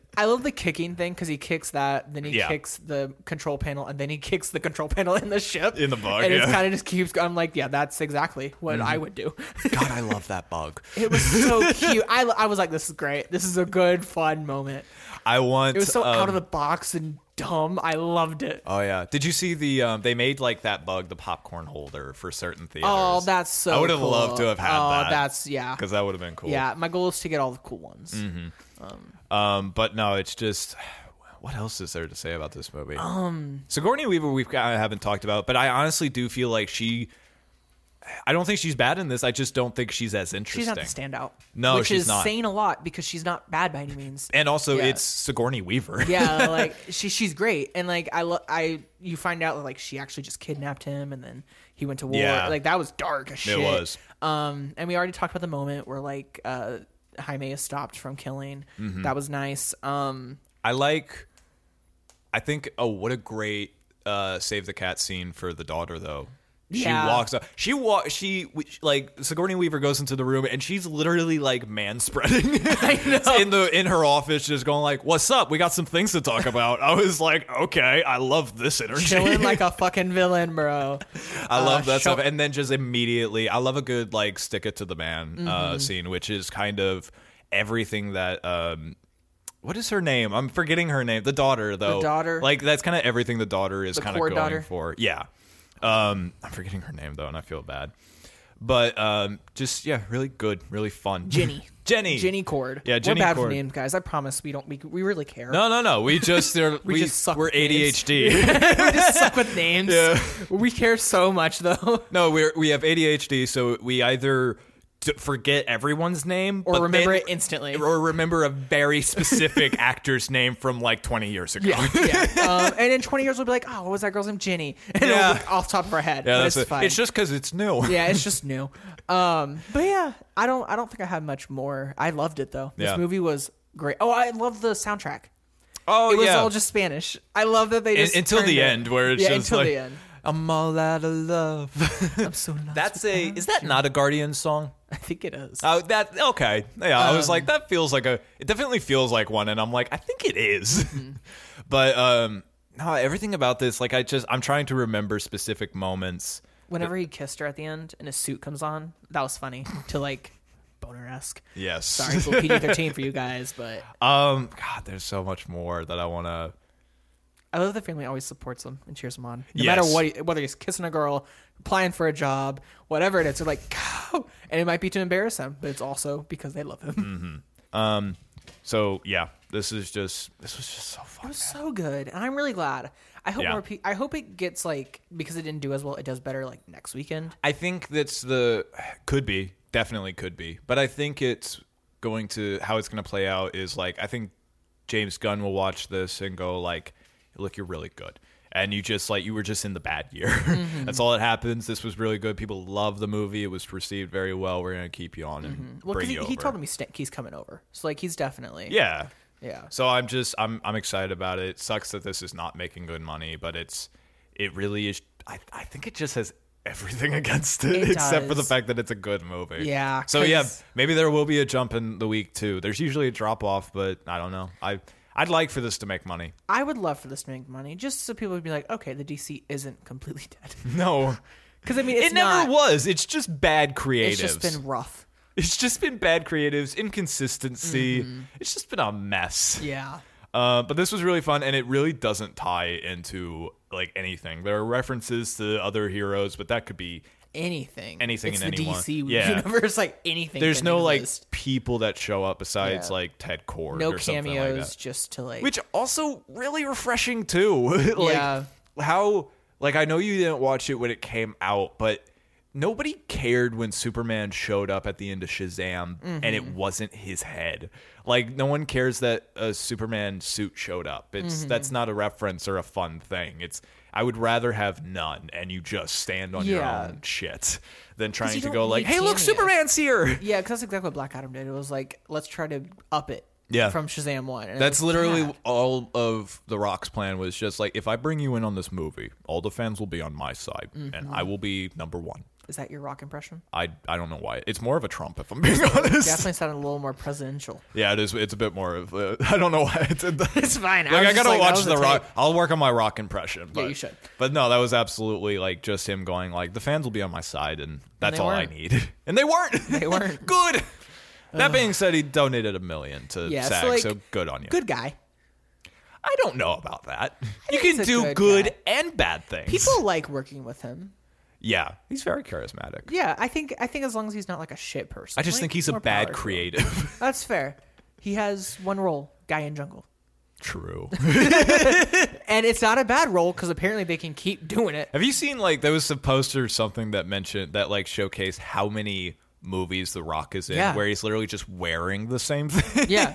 I love the kicking thing because he kicks that, then he
Yeah.
kicks the control panel, and then he kicks the control panel in the ship
In the bug,
and it
yeah. Mm-hmm.
kind of just keeps. going. I'm like, yeah, that's exactly what I would do.
God, I love that bug.
it was so cute. I, I was like, this is great. This is a good fun moment.
I want.
It was so
um,
out of the box and dumb. I loved it.
Oh yeah. Did you see the? Um, they made like that bug the popcorn holder for certain theaters.
Oh, that's so.
I would have
cool.
loved to have had
oh,
that.
That's yeah.
because that would have been cool.
Yeah, my goal is to get all the cool ones.
Um, but no, it's just what else is there to say about this movie? Um, Sigourney Weaver, we've got, I haven't talked about, but I honestly do feel like she. I don't think she's bad in this. I just don't think she's as interesting.
She's not the standout.
No,
which
she's
is
not.
saying a lot because she's not bad by any means.
and also,
Yeah.
it's Sigourney Weaver.
yeah, like she she's great, and like I lo- I you find out like she actually just kidnapped him, and then he went to war.
Yeah.
Like that was dark as shit.
was.
Um, and we already talked about the moment where like uh Jaime is stopped from killing.
Mm-hmm.
That was nice. Um,
I like. I think. Oh, what a great uh, save the cat scene for the daughter, though. She
Yeah.
walks up. She walk. She which, like Sigourney Weaver goes into the room and she's literally like man spreading in the in her office, just going like, "What's up? We got some things to talk about." I was like, "Okay, I love this energy.
chilling like a fucking villain, bro.
I love
uh,
that
show-
stuff." And then just immediately, I love a good like stick it to the man
Mm-hmm.
uh, scene, which is kind of everything that um, what is her name? I'm forgetting her name. The daughter, though.
daughter.
Like that's kind of everything the daughter is
The
kind of
core
going
daughter.
for. Yeah. Um, I'm forgetting her name though, and I feel bad. But um, just yeah, really good, really fun.
Jenny.
Jenny.
Jenny Cord.
Yeah, Jenny
We're bad
Cord.
for names, guys. I promise we don't. We, we really care.
No, no, no. We just they're, we,
just suck
we're
at names.
ADHD.
we just suck with names. We care so much though.
no, we're we have ADHD, so we either d- forget everyone's name
Or
but
remember
then-
it instantly.
or remember a very specific actor's name from like 20 years ago.
Yeah, yeah. Um, and in 20 years, we'll be like, oh, what was that girl's name? Jenny. And it'll
Yeah.
be off the top of our head.
Yeah,
but
that's
it's
it.
fine.
It's just because it's new.
yeah, it's just new. Um, but yeah, I don't, I don't think I have much more. I loved it though. This
Yeah.
movie was great. Oh, I love the soundtrack.
Oh,
It was
yeah.
all just Spanish. I love that they
Un-
just
until
turned
the
it-
end, where it's
yeah,
just
until
like
the end.
I'm all out of love.
I'm so lost
That's a.
without
Is that
you.
not a Guardian song?
I think it is.
Oh, that okay. Yeah, I was like, that feels like a. It definitely feels like one, and I'm like, I think it is. but um, no, everything about this, like, I just I'm trying to remember specific moments.
Whenever he kissed her at the end, and his suit comes on, that was funny to like boner esque.
Yes.
Sorry, it's PG thirteen for you guys, but
Um. God, there's so much more that I want to.
I love the family always supports him and cheers him on, no
Yes.
matter what. He, whether he's kissing a girl, applying for a job, whatever it is, they're like, go. And it might be to embarrass him, but it's also because they love him.
So yeah, this is just this was just so fun.
It was so good, and I'm really glad. I hope
Yeah.
more. Pe- I hope it gets like because it didn't do as well. It does better like next weekend.
I think that's the could be definitely could be, but I think it's going to how it's going to play out is like I think James Gunn will watch this and go like, look, you're really good, and you just like you were just in the bad year.
Mm-hmm.
that's all that happens. This was really good. People love the movie. It was received very well. We're going to keep you on and
Mm-hmm. Well,
bring
because he,
you
he
over.
told him he's, sta- he's coming over, so like he's definitely
yeah.
yeah.
So I'm just I'm I'm excited about it. Sucks that this is not making good money, but it's it really is. I I think it just has everything against it,
It
except for the
does.
fact that it's a good movie.
Yeah,
So yeah,
'cause-
maybe there will be a jump in the week too. There's usually a drop off, but I don't know. I I'd like for this to make money.
I would love for this to make money, just so people would be like, okay, the DC isn't completely dead.
No,
Because I mean, it's
it never
not,
was. It's just bad creatives.
It's just been rough.
It's just been bad creatives, inconsistency.
Mm-hmm.
It's just been a mess.
Yeah.
Uh, but this was really fun, and it really doesn't tie into like anything. There are references to other heroes, but that could be.
anything.
Anything
it's
and
the
anyone.
DC
Yeah.
universe, like anything.
There's
can
no like
exist.
people that show up besides
Yeah.
like Ted Cord.
no
or something like
cameos,
that.
just to like.
which also really refreshing too. like
Yeah.
how like I know you didn't watch it when it came out, but nobody cared when Superman showed up at the end of Shazam and
Mm-hmm.
it wasn't his head. Like no one cares that a Superman suit showed up. It's
Mm-hmm.
that's not a reference or a fun thing. It's I would rather have none and you just stand on
Yeah.
your own shit than trying
you
to
don't
go like,
need
"Hey, look,
cameos."
Superman's here."
yeah, because that's exactly what Black Adam did. It was like, let's try to up it
Yeah.
from Shazam one. And
That's
it was
literally
bad.
all of The Rock's plan was just like, if I bring you in on this movie, all the fans will be on my side, and
Mm-hmm.
I will be number one.
Is that your rock impression?
I, I don't know why. It's more of a Trump, if I'm being honest.
Definitely sounded a little more presidential.
Yeah, it is. It's a bit more of. I I don't know why I did that.
It's fine.
Like,
I was
I
just
gotta
like, that
watch
was a
the rock.
take.
I'll work on my rock impression. But,
you should.
But no, that was absolutely like just him going like the fans will be on my side, and that's
they
all
weren't.
I need. And they weren't.
They weren't.
good. That being said, he donated a million to
Yeah, it's
SAG,
like-
so good on you.
Good guy.
I don't know about that. You
think
can
he's a
do
good
good,
guy.
and bad things.
People like working with him.
yeah, he's very charismatic.
Yeah, I think I think as long as he's not like a shit person.
I just
like,
think he's a
more
bad
power.
creative.
That's fair. He has one role, guy in jungle,
True.
and it's not a bad role because apparently they can keep doing it.
Have you seen like there was a poster or something that mentioned that like showcased how many movies The Rock is in,
Yeah.
where he's literally just wearing the same thing.
Yeah.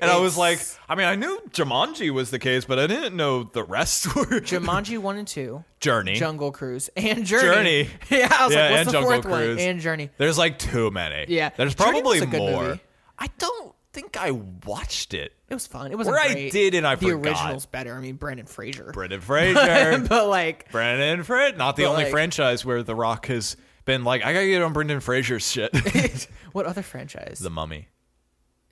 and I was like,
It's-
I mean, I knew Jumanji was the case, but I didn't know the rest were
Jumanji one and two,
Journey.
Jungle Cruise, and Journey.
Journey.
yeah, I was
Yeah,
like, what's
and
the
Jungle
fourth
Cruise.
one? And Journey.
There's like too many.
Yeah.
there's
Journey was
probably
a good
more.
movie.
I don't think I watched it.
It was fun. It wasn't
Where I
great.
did and I
the
forgot.
original's better. I mean, Brandon Fraser.
Brendan Fraser.
but like,
Brendan Fraser. Not the
But,
only
like-
franchise where The Rock has been like, I gotta get on Brendan Fraser's shit.
what other franchise?
the Mummy.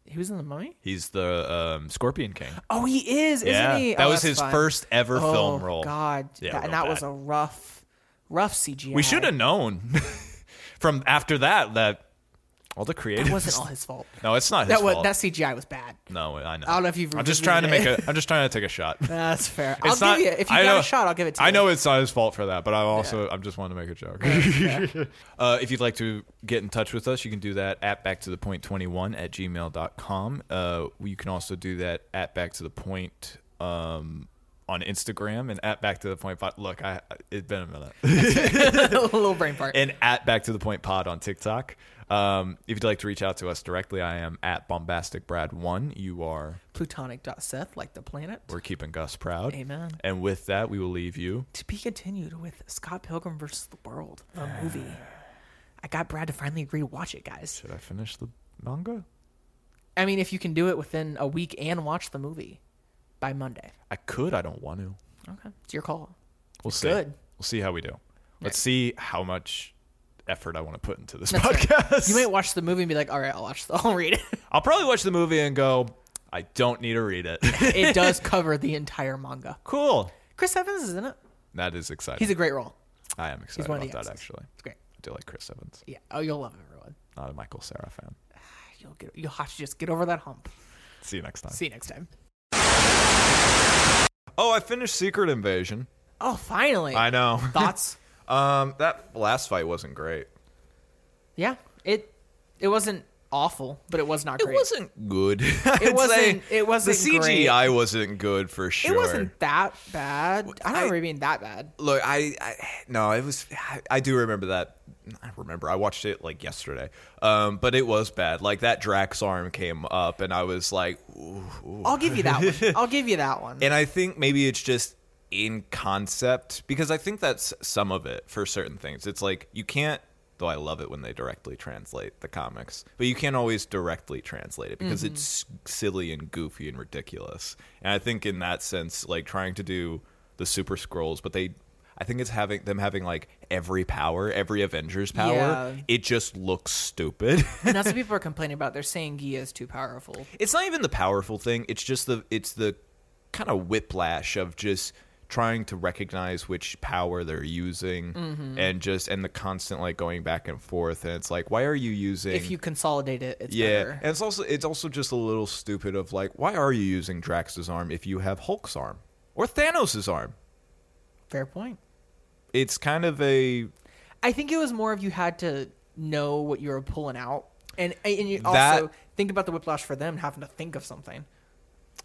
he was in the Mummy.
He's the um, Scorpion King.
Oh, he is,
yeah,
isn't he?
that
Oh,
was
that's
his
fun.
first ever
oh,
film role.
God,
Yeah,
That-
real
and that was
bad.
a rough, rough CGI.
We should have known from after that that all the creative
It wasn't all his fault.
No, it's not his
That was
fault.
that CGI was bad.
no, I know.
I don't know if you've
I'm just
reviewed
trying to make
it.
a. I'm just trying to take a shot.
That's fair.
It's
I'll
not-
give you if you
I
got
know-
a shot. I'll give it to you.
I know it's not his fault for that, but I also I'm just wanting to make a joke. uh, if you'd like to get in touch with us, you can do that at back to the point 21 at gmail.com. Uh, you can also do that at back to the point um, on Instagram and at back to the point. pod- Look, I it's been a minute.
a little brain fart.
and at back to the point pod on TikTok. Um, if you'd like to reach out to us directly, I am at bombastic brad one. You are.
Plutonic dot Seth, like the planet.
We're keeping Gus proud.
Amen.
And with that, we will leave you.
To be continued with Scott Pilgrim versus the World, the movie. I got Brad to finally rewatch it, guys.
Did I finish the manga?
I mean, if you can do it within a week and watch the movie by Monday,
I could. I don't want to.
okay, it's your call.
We'll see.
Good.
We'll see how we do. Let's see how much effort I want to put into this
That's fair.
podcast.
You might watch the movie and be like, "All right, I'll watch. The, I'll read it."
I'll probably watch the movie and go, I don't need to read it.
it does cover the entire manga.
cool.
Chris Evans is in it.
That is exciting.
He's a great role.
I am excited
one of
about
the
that
exes.
actually.
It's great.
I do like Chris Evans.
Yeah. Oh, you'll love it, everyone.
Not a Michael Sarah fan.
You'll get. You'll have to just get over that hump.
See you next time.
See you next time.
Oh, I finished Secret Invasion.
Oh, finally.
I know.
Thoughts?
um, that last fight wasn't great.
yeah. It. It wasn't awful, but it was not
It
great.
wasn't good. It
wasn't- it wasn't
The CGI wasn't good for sure.
It wasn't that bad. I don't
I-
remember it being that bad.
look I, I no it was I, I do remember that i remember i watched it like yesterday um but it was bad like that drax arm came up and i was like ooh, ooh.
I'll give you that one. I'll give you that one.
and i think maybe it's just in concept because i think that's some of it for certain things it's like you can't though i love it when they directly translate the comics but you can't always directly translate it
Mm-hmm.
because it's silly and goofy and ridiculous and i think in that sense like trying to do the super scrolls but they I think it's having them having like every power, every Avengers power.
Yeah.
It just looks stupid.
and that's what people are complaining about. They're saying Gia is too powerful.
it's not even the powerful thing it's just the it's the kind of whiplash of just trying to recognize which power they're using
Mm-hmm.
and just and the constant like going back and forth and it's like why are you using
If you consolidate it, it's
yeah
better.
and it's also it's also just a little stupid of like why are you using drax's arm if you have hulk's arm or thanos' arm
Fair point.
it's kind of a
I think it was more of you had to know what you were pulling out, and and you also
That-
think about the whiplash for them having to think of something.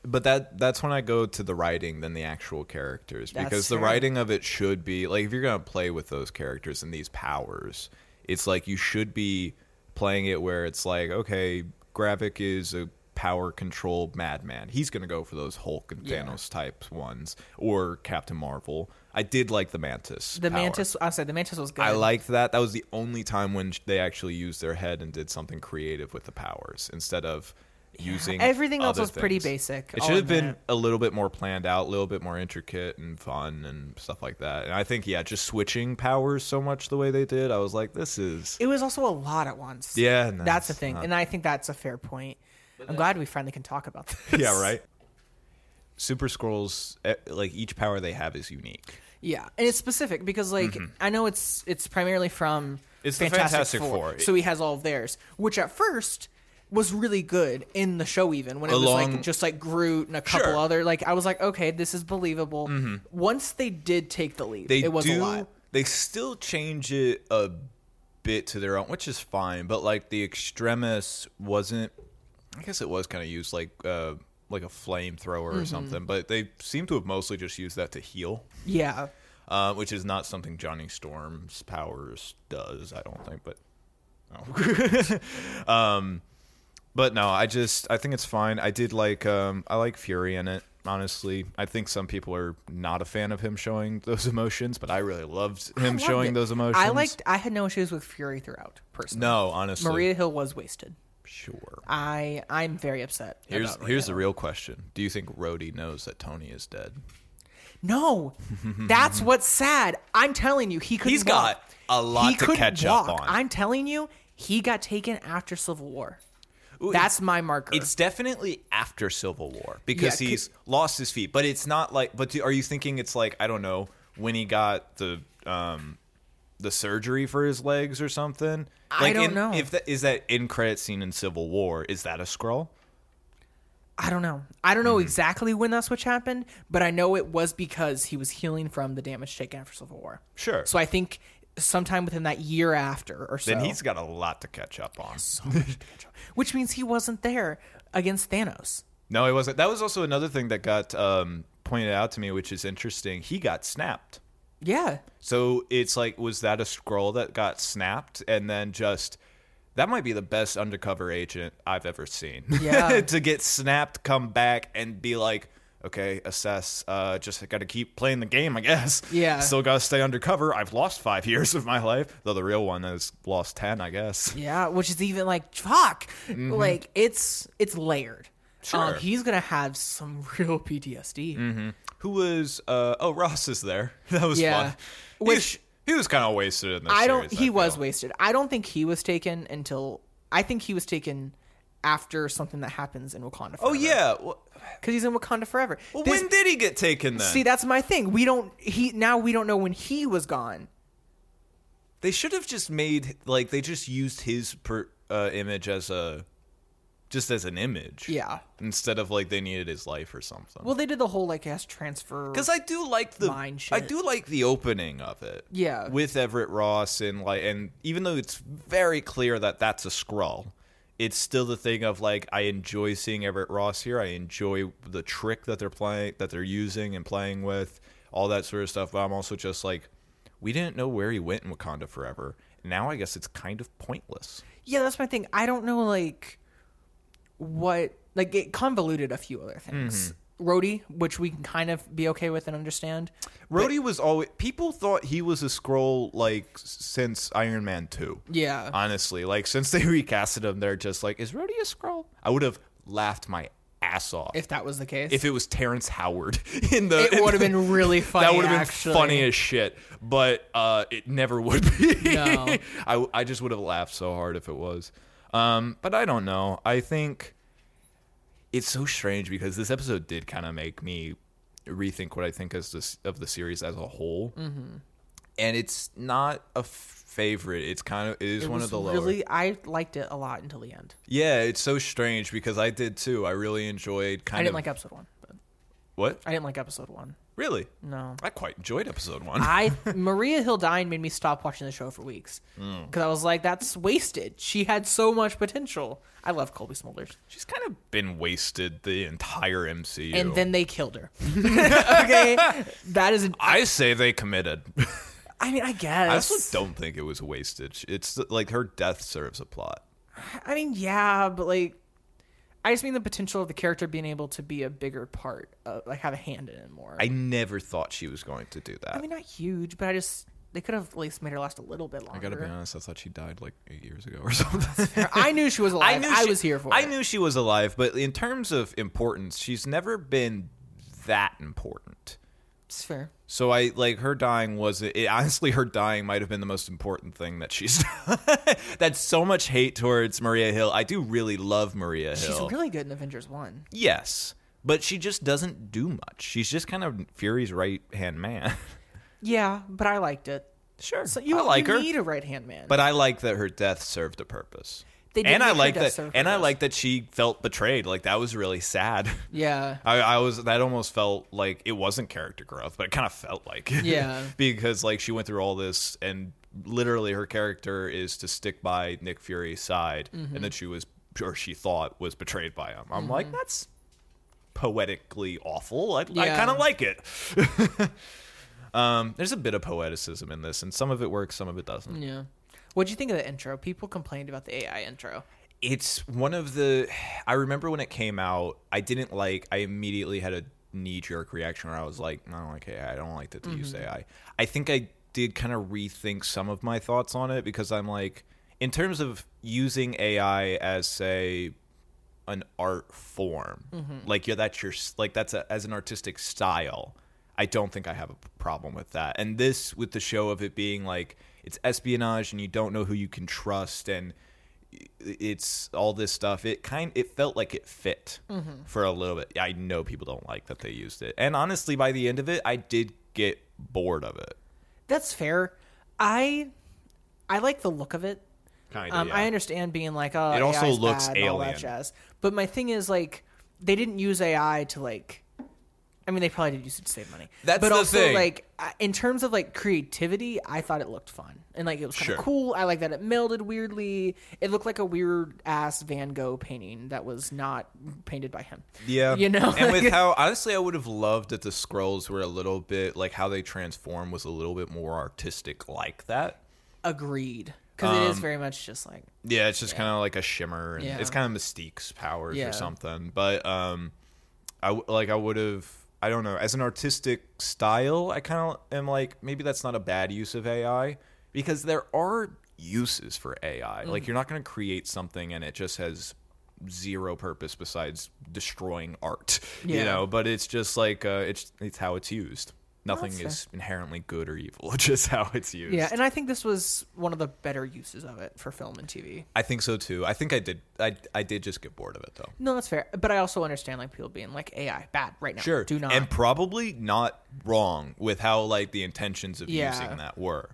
but that that's when I go to the writing than the actual characters
That's
because the
fair.
writing of it should be like if you're gonna play with those characters and these powers, it's like you should be playing it where it's like okay, Gravik is a power control madman. He's gonna go for those Hulk and
Yeah.
Thanos type ones or Captain Marvel. I did like the Mantis.
The
power.
mantis, I said the mantis was good.
I liked that. That was the only time when sh- they actually used their head and did something creative with the powers instead of using
Everything else
other
was pretty
things.
basic.
It
I'll
should have been
admit.
a little bit more planned out, a little bit more intricate and fun and stuff like that. And I think yeah, just switching powers so much the way they did, I was like, this is
It was also a lot at once.
Yeah, and
that's
that's
the thing,
not-
and I think that's a fair point. I'm glad we finally can talk about this.
yeah right. Super Scrolls, eh, like each power they have is unique.
Yeah, and it's specific because like I know it's it's primarily from
Mm-hmm. It's the Fantastic Four.
so he has all of theirs, which at first was really good in the show even when it was like
Along-
just like Groot and a couple
Sure. Mm-hmm.
other like I was like okay this is believable. Once they did take the lead,
They
it was
do.
a lot.
They still change it a bit to their own, which is fine. But like the extremis wasn't. I guess it was kind of used like uh, like a flamethrower
Mm-hmm.
or something. But they seem to have mostly just used that to heal,
Yeah,
uh, which is not something Johnny Storm's powers does. I don't think, but. no. um, but no, I just I think it's fine. I did like um, I like Fury in it. Honestly, I think some people are not a fan of him showing those emotions, but I really loved
I
him
loved
showing
it.
those emotions.
I liked. I had no issues with Fury throughout. Personally,
No, honestly,
Maria Hill was wasted.
Sure.
I I'm very upset.
Here's
about right
here's
now.
the real question: Do you think Rhodey knows that Tony is dead?
No, that's what's sad. I'm telling you, he could.
He's got a lot to catch up on.
I'm telling you, he got taken after Civil War. that's my marker.
It's definitely after Civil War because
Yeah, c-
he's lost his feet. But it's not like. But do, are you thinking it's like I don't know when he got the um the surgery for his legs or something?
I
Like
don't
in-
know.
If that is that in credit scene in Civil War, is that a scroll?
I don't know. I don't know
Hmm.
exactly when that switch happened, but I know it was because he was healing from the damage taken after Civil War.
Sure.
So I think sometime within that year after or so.
Then he's got a lot to catch up on.
which means he wasn't there against Thanos.
No, it wasn't. That was also another thing that got um, pointed out to me, which is interesting. He got snapped.
Yeah.
So it's like, was that a scroll that got snapped and then just. That might be the best undercover agent I've ever seen.
Yeah.
to get snapped, come back, and be like, okay, assess. Uh, just got to keep playing the game, I guess.
Yeah.
Still got to stay undercover. I've lost five years of my life, though the real one has lost 10, I guess.
Yeah, which is even like fuck. Like it's it's layered. Um,
Mm-hmm. Sure. Mm-hmm.
he's gonna have some real PTSD.
Who was. Uh, oh, Ross is there. That was
Yeah.
fun.
Which-
Which. He was kind of wasted in this.
I don't.
series,
He was
feel.
wasted. I don't think he was taken until I think he was taken after something that happens in Wakanda. Forever,
Oh yeah. Well,
because he's in Wakanda forever. This-
when did he get taken then?
see, that's my thing. We don't. He now we don't know when he was gone.
they should have just made like they just used his per, uh, image as a just as an image.
Yeah.
Instead of like they needed his life or something.
Well, they did the whole like ass transfer.
because I do like the
Mind
I
shit.
do like the opening of it.
Yeah.
With Everett Ross and like and even though it's very clear that that's a scroll. It's still the thing of like I enjoy seeing Everett Ross here. I enjoy the trick that they're playing, that they're using and playing with, all that sort of stuff. But I'm also just like, we didn't know where he went in Wakanda Forever. Now I guess it's kind of pointless.
yeah, that's my thing. I don't know like what like it convoluted a few other things.
Mm-hmm.
Rhodey, which we can kind of be okay with and understand.
Rhodey was always people thought he was a scroll like s- since Iron Man two.
Yeah.
honestly, like since they recasted him, they're just like, is Rhodey a scroll? I would have laughed my ass off if,
If that was the case,
it was Terrence Howard in the.
it
in
would have
the-
been really funny.
That would have been
actually.
funny as shit, but uh, it never would be.
No.
I, I just would have laughed so hard if it was. Um, but I don't know. I think it's so strange because this episode did kind of make me rethink what I think is this of the series as a whole, mm-hmm. and it's not a favorite. It's kind of it is
It
one
was
of the lower.
really I liked it a lot until the end.
yeah, it's so strange because I did too. I really enjoyed kind
I didn't
of
like episode one. But
what
I didn't like episode one.
really.
No.
I quite enjoyed episode one.
I Maria Hill dying made me stop watching the show for weeks
Mm.
because I was like, "That's wasted." She had so much potential. I love Colby Smulders,
She's kind of been wasted the entire MCU.
and then they killed her. okay, that is.
I say they committed.
I mean, I
I
guess.
also don't think it was wasted. It's like her death serves a plot.
I mean, yeah, but like, I just mean the potential of the character being able to be a bigger part, of, like have a hand in it more.
I never thought she was going to do that.
I mean, not huge, but I just They could have at least made her last a little bit longer.
I gotta be honest, I thought she died like eight years ago or something.
I knew she was alive. I, was here for
I
it.
knew she was alive, but in terms of importance, she's never been that important.
It's fair.
So I like her dying was it, honestly her dying might have been the most important thing that she's that's so much hate towards Maria Hill. I do really love Maria Hill.
She's really good in Avengers 1.
yes, but she just doesn't do much. She's just kind of Fury's right hand man.
Yeah, but I liked it.
sure,
So you,
I like
you
her,
need a right hand man.
but I like that her death served a purpose.
They did
and I
make her
like
death
that,
serve a
and I
purpose.
like that she felt betrayed. Like that was really sad.
yeah.
I, I was that almost felt like it wasn't character growth, but it kind of felt like it.
Yeah.
because like she went through all this and literally her character is to stick by Nick Fury's side
Mm-hmm.
and then she was or she thought was betrayed by him. I'm like that's poetically awful. I, I
Yeah.
kind of like it. um, there's a bit of poeticism in this and some of it works, some of it doesn't.
Yeah. What'd you think of the intro? People complained about the AI intro.
it's one of the i remember when it came out i didn't like i immediately had a knee-jerk reaction where i was like i don't like ai i don't like that they use ai i think i did kind of rethink some of my thoughts on it because i'm like in terms of using ai as say an art form like yeah that's your s- like that's a, as an artistic style i don't think i have a p- problem with that and this with the show of it being like it's espionage and you don't know who you can trust and it's all this stuff it kind it felt like it fit
Mm-hmm.
for a little bit i know people don't like that they used it and honestly by the end of it i did get bored of it
That's fair. I I like the look of it.
kind
Um, I understand being like, oh,
It also
AI's
looks
bad and all that
alien.
jazz. But my thing is like, they didn't use AI to like. I mean, they probably did use it to save money.
That's
but
the
also
thing.
like I- in terms of like creativity, I thought it looked fun and like it was kind of
Sure.
cool. I like that it melded weirdly. It looked like a weird ass Van Gogh painting that was not painted by him.
yeah
you know,
and with how honestly i would have loved that the scrolls were a little bit like how they transform was a little bit more artistic like that
Agreed, because it
Um,
is very much just like
Yeah, it's just kind of like a shimmer, and
Yeah.
it's kind of Mystique's powers
Yeah.
or something. But um, I w- like I would have. I don't know. As an artistic style, I kind of am like maybe that's not a bad use of AI because there are uses for AI.
Mm.
Like you're not going to create something and it just has zero purpose besides destroying art,
Yeah.
you know. But it's just like uh, it's it's how it's used. Nothing
that's fair.
is inherently good or evil. It's just how it's used.
yeah. And I think this was one of the better uses of it for film and TV.
I think so too. I think I did. I I did just get bored of it though.
No, that's fair. But I also understand like people being like AI bad right now.
Sure.
do not.
And probably not wrong with how like the intentions of
Yeah.
using that were.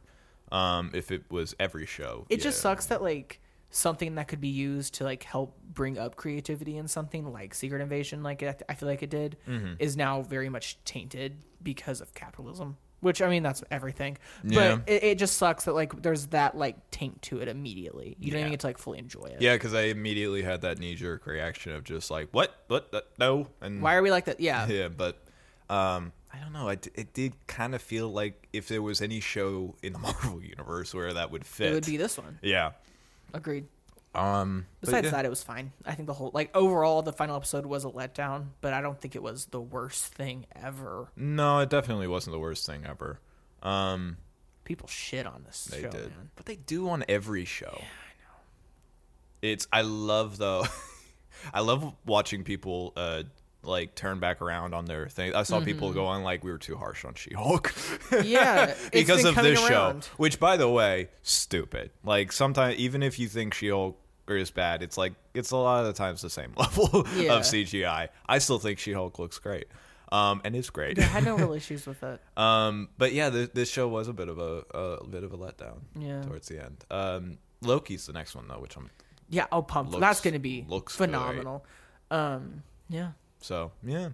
Um, if it was every show.
it just
yeah.
sucks that like something that could be used to like help bring up creativity in something like Secret Invasion, like I I feel like it did,
Mm-hmm.
is now very much tainted because of capitalism. Which I mean, that's everything.
Yeah.
But it, it just sucks that like there's that like taint to it immediately. You don't
Yeah.
even get to like fully enjoy it.
Yeah, because I immediately had that knee jerk reaction of just like, what? What? Uh, no. And
Why are we like that? Yeah.
Yeah, but um, I don't know. I d- it did kind of feel like if there was any show in the Marvel universe where that would fit.
It would be this one.
Yeah.
Agreed.
Um. but
Besides
yeah.
that, it was fine. I think the whole like overall the final episode was a letdown, but I don't think it was the worst thing ever.
No, it definitely wasn't the worst thing ever. Um.
People shit on this
They
show,
did.
man.
But they do on every show. Yeah, I know. It's I love though. I love watching people uh like turn back around on their thing. I saw people go on like we were too harsh on She-Hulk
Yeah, Mm-hmm. it's
because
been
of
coming
this
around.
show, which by the way, stupid. Like sometimes even if you think She-Hulk is bad, it's like it's a lot of the times the same level
Yeah.
of CGI. I still think She-Hulk looks great. Um, and is great.
I had no real issues with it.
Um, but yeah, th- this show was a bit of a, a bit of a letdown.
Yeah.
Towards the end, um, Loki's the next one though, which I'm
Yeah, I'll pump.
Looks-
That's gonna be
looks
phenomenal. Um, yeah,
so yeah.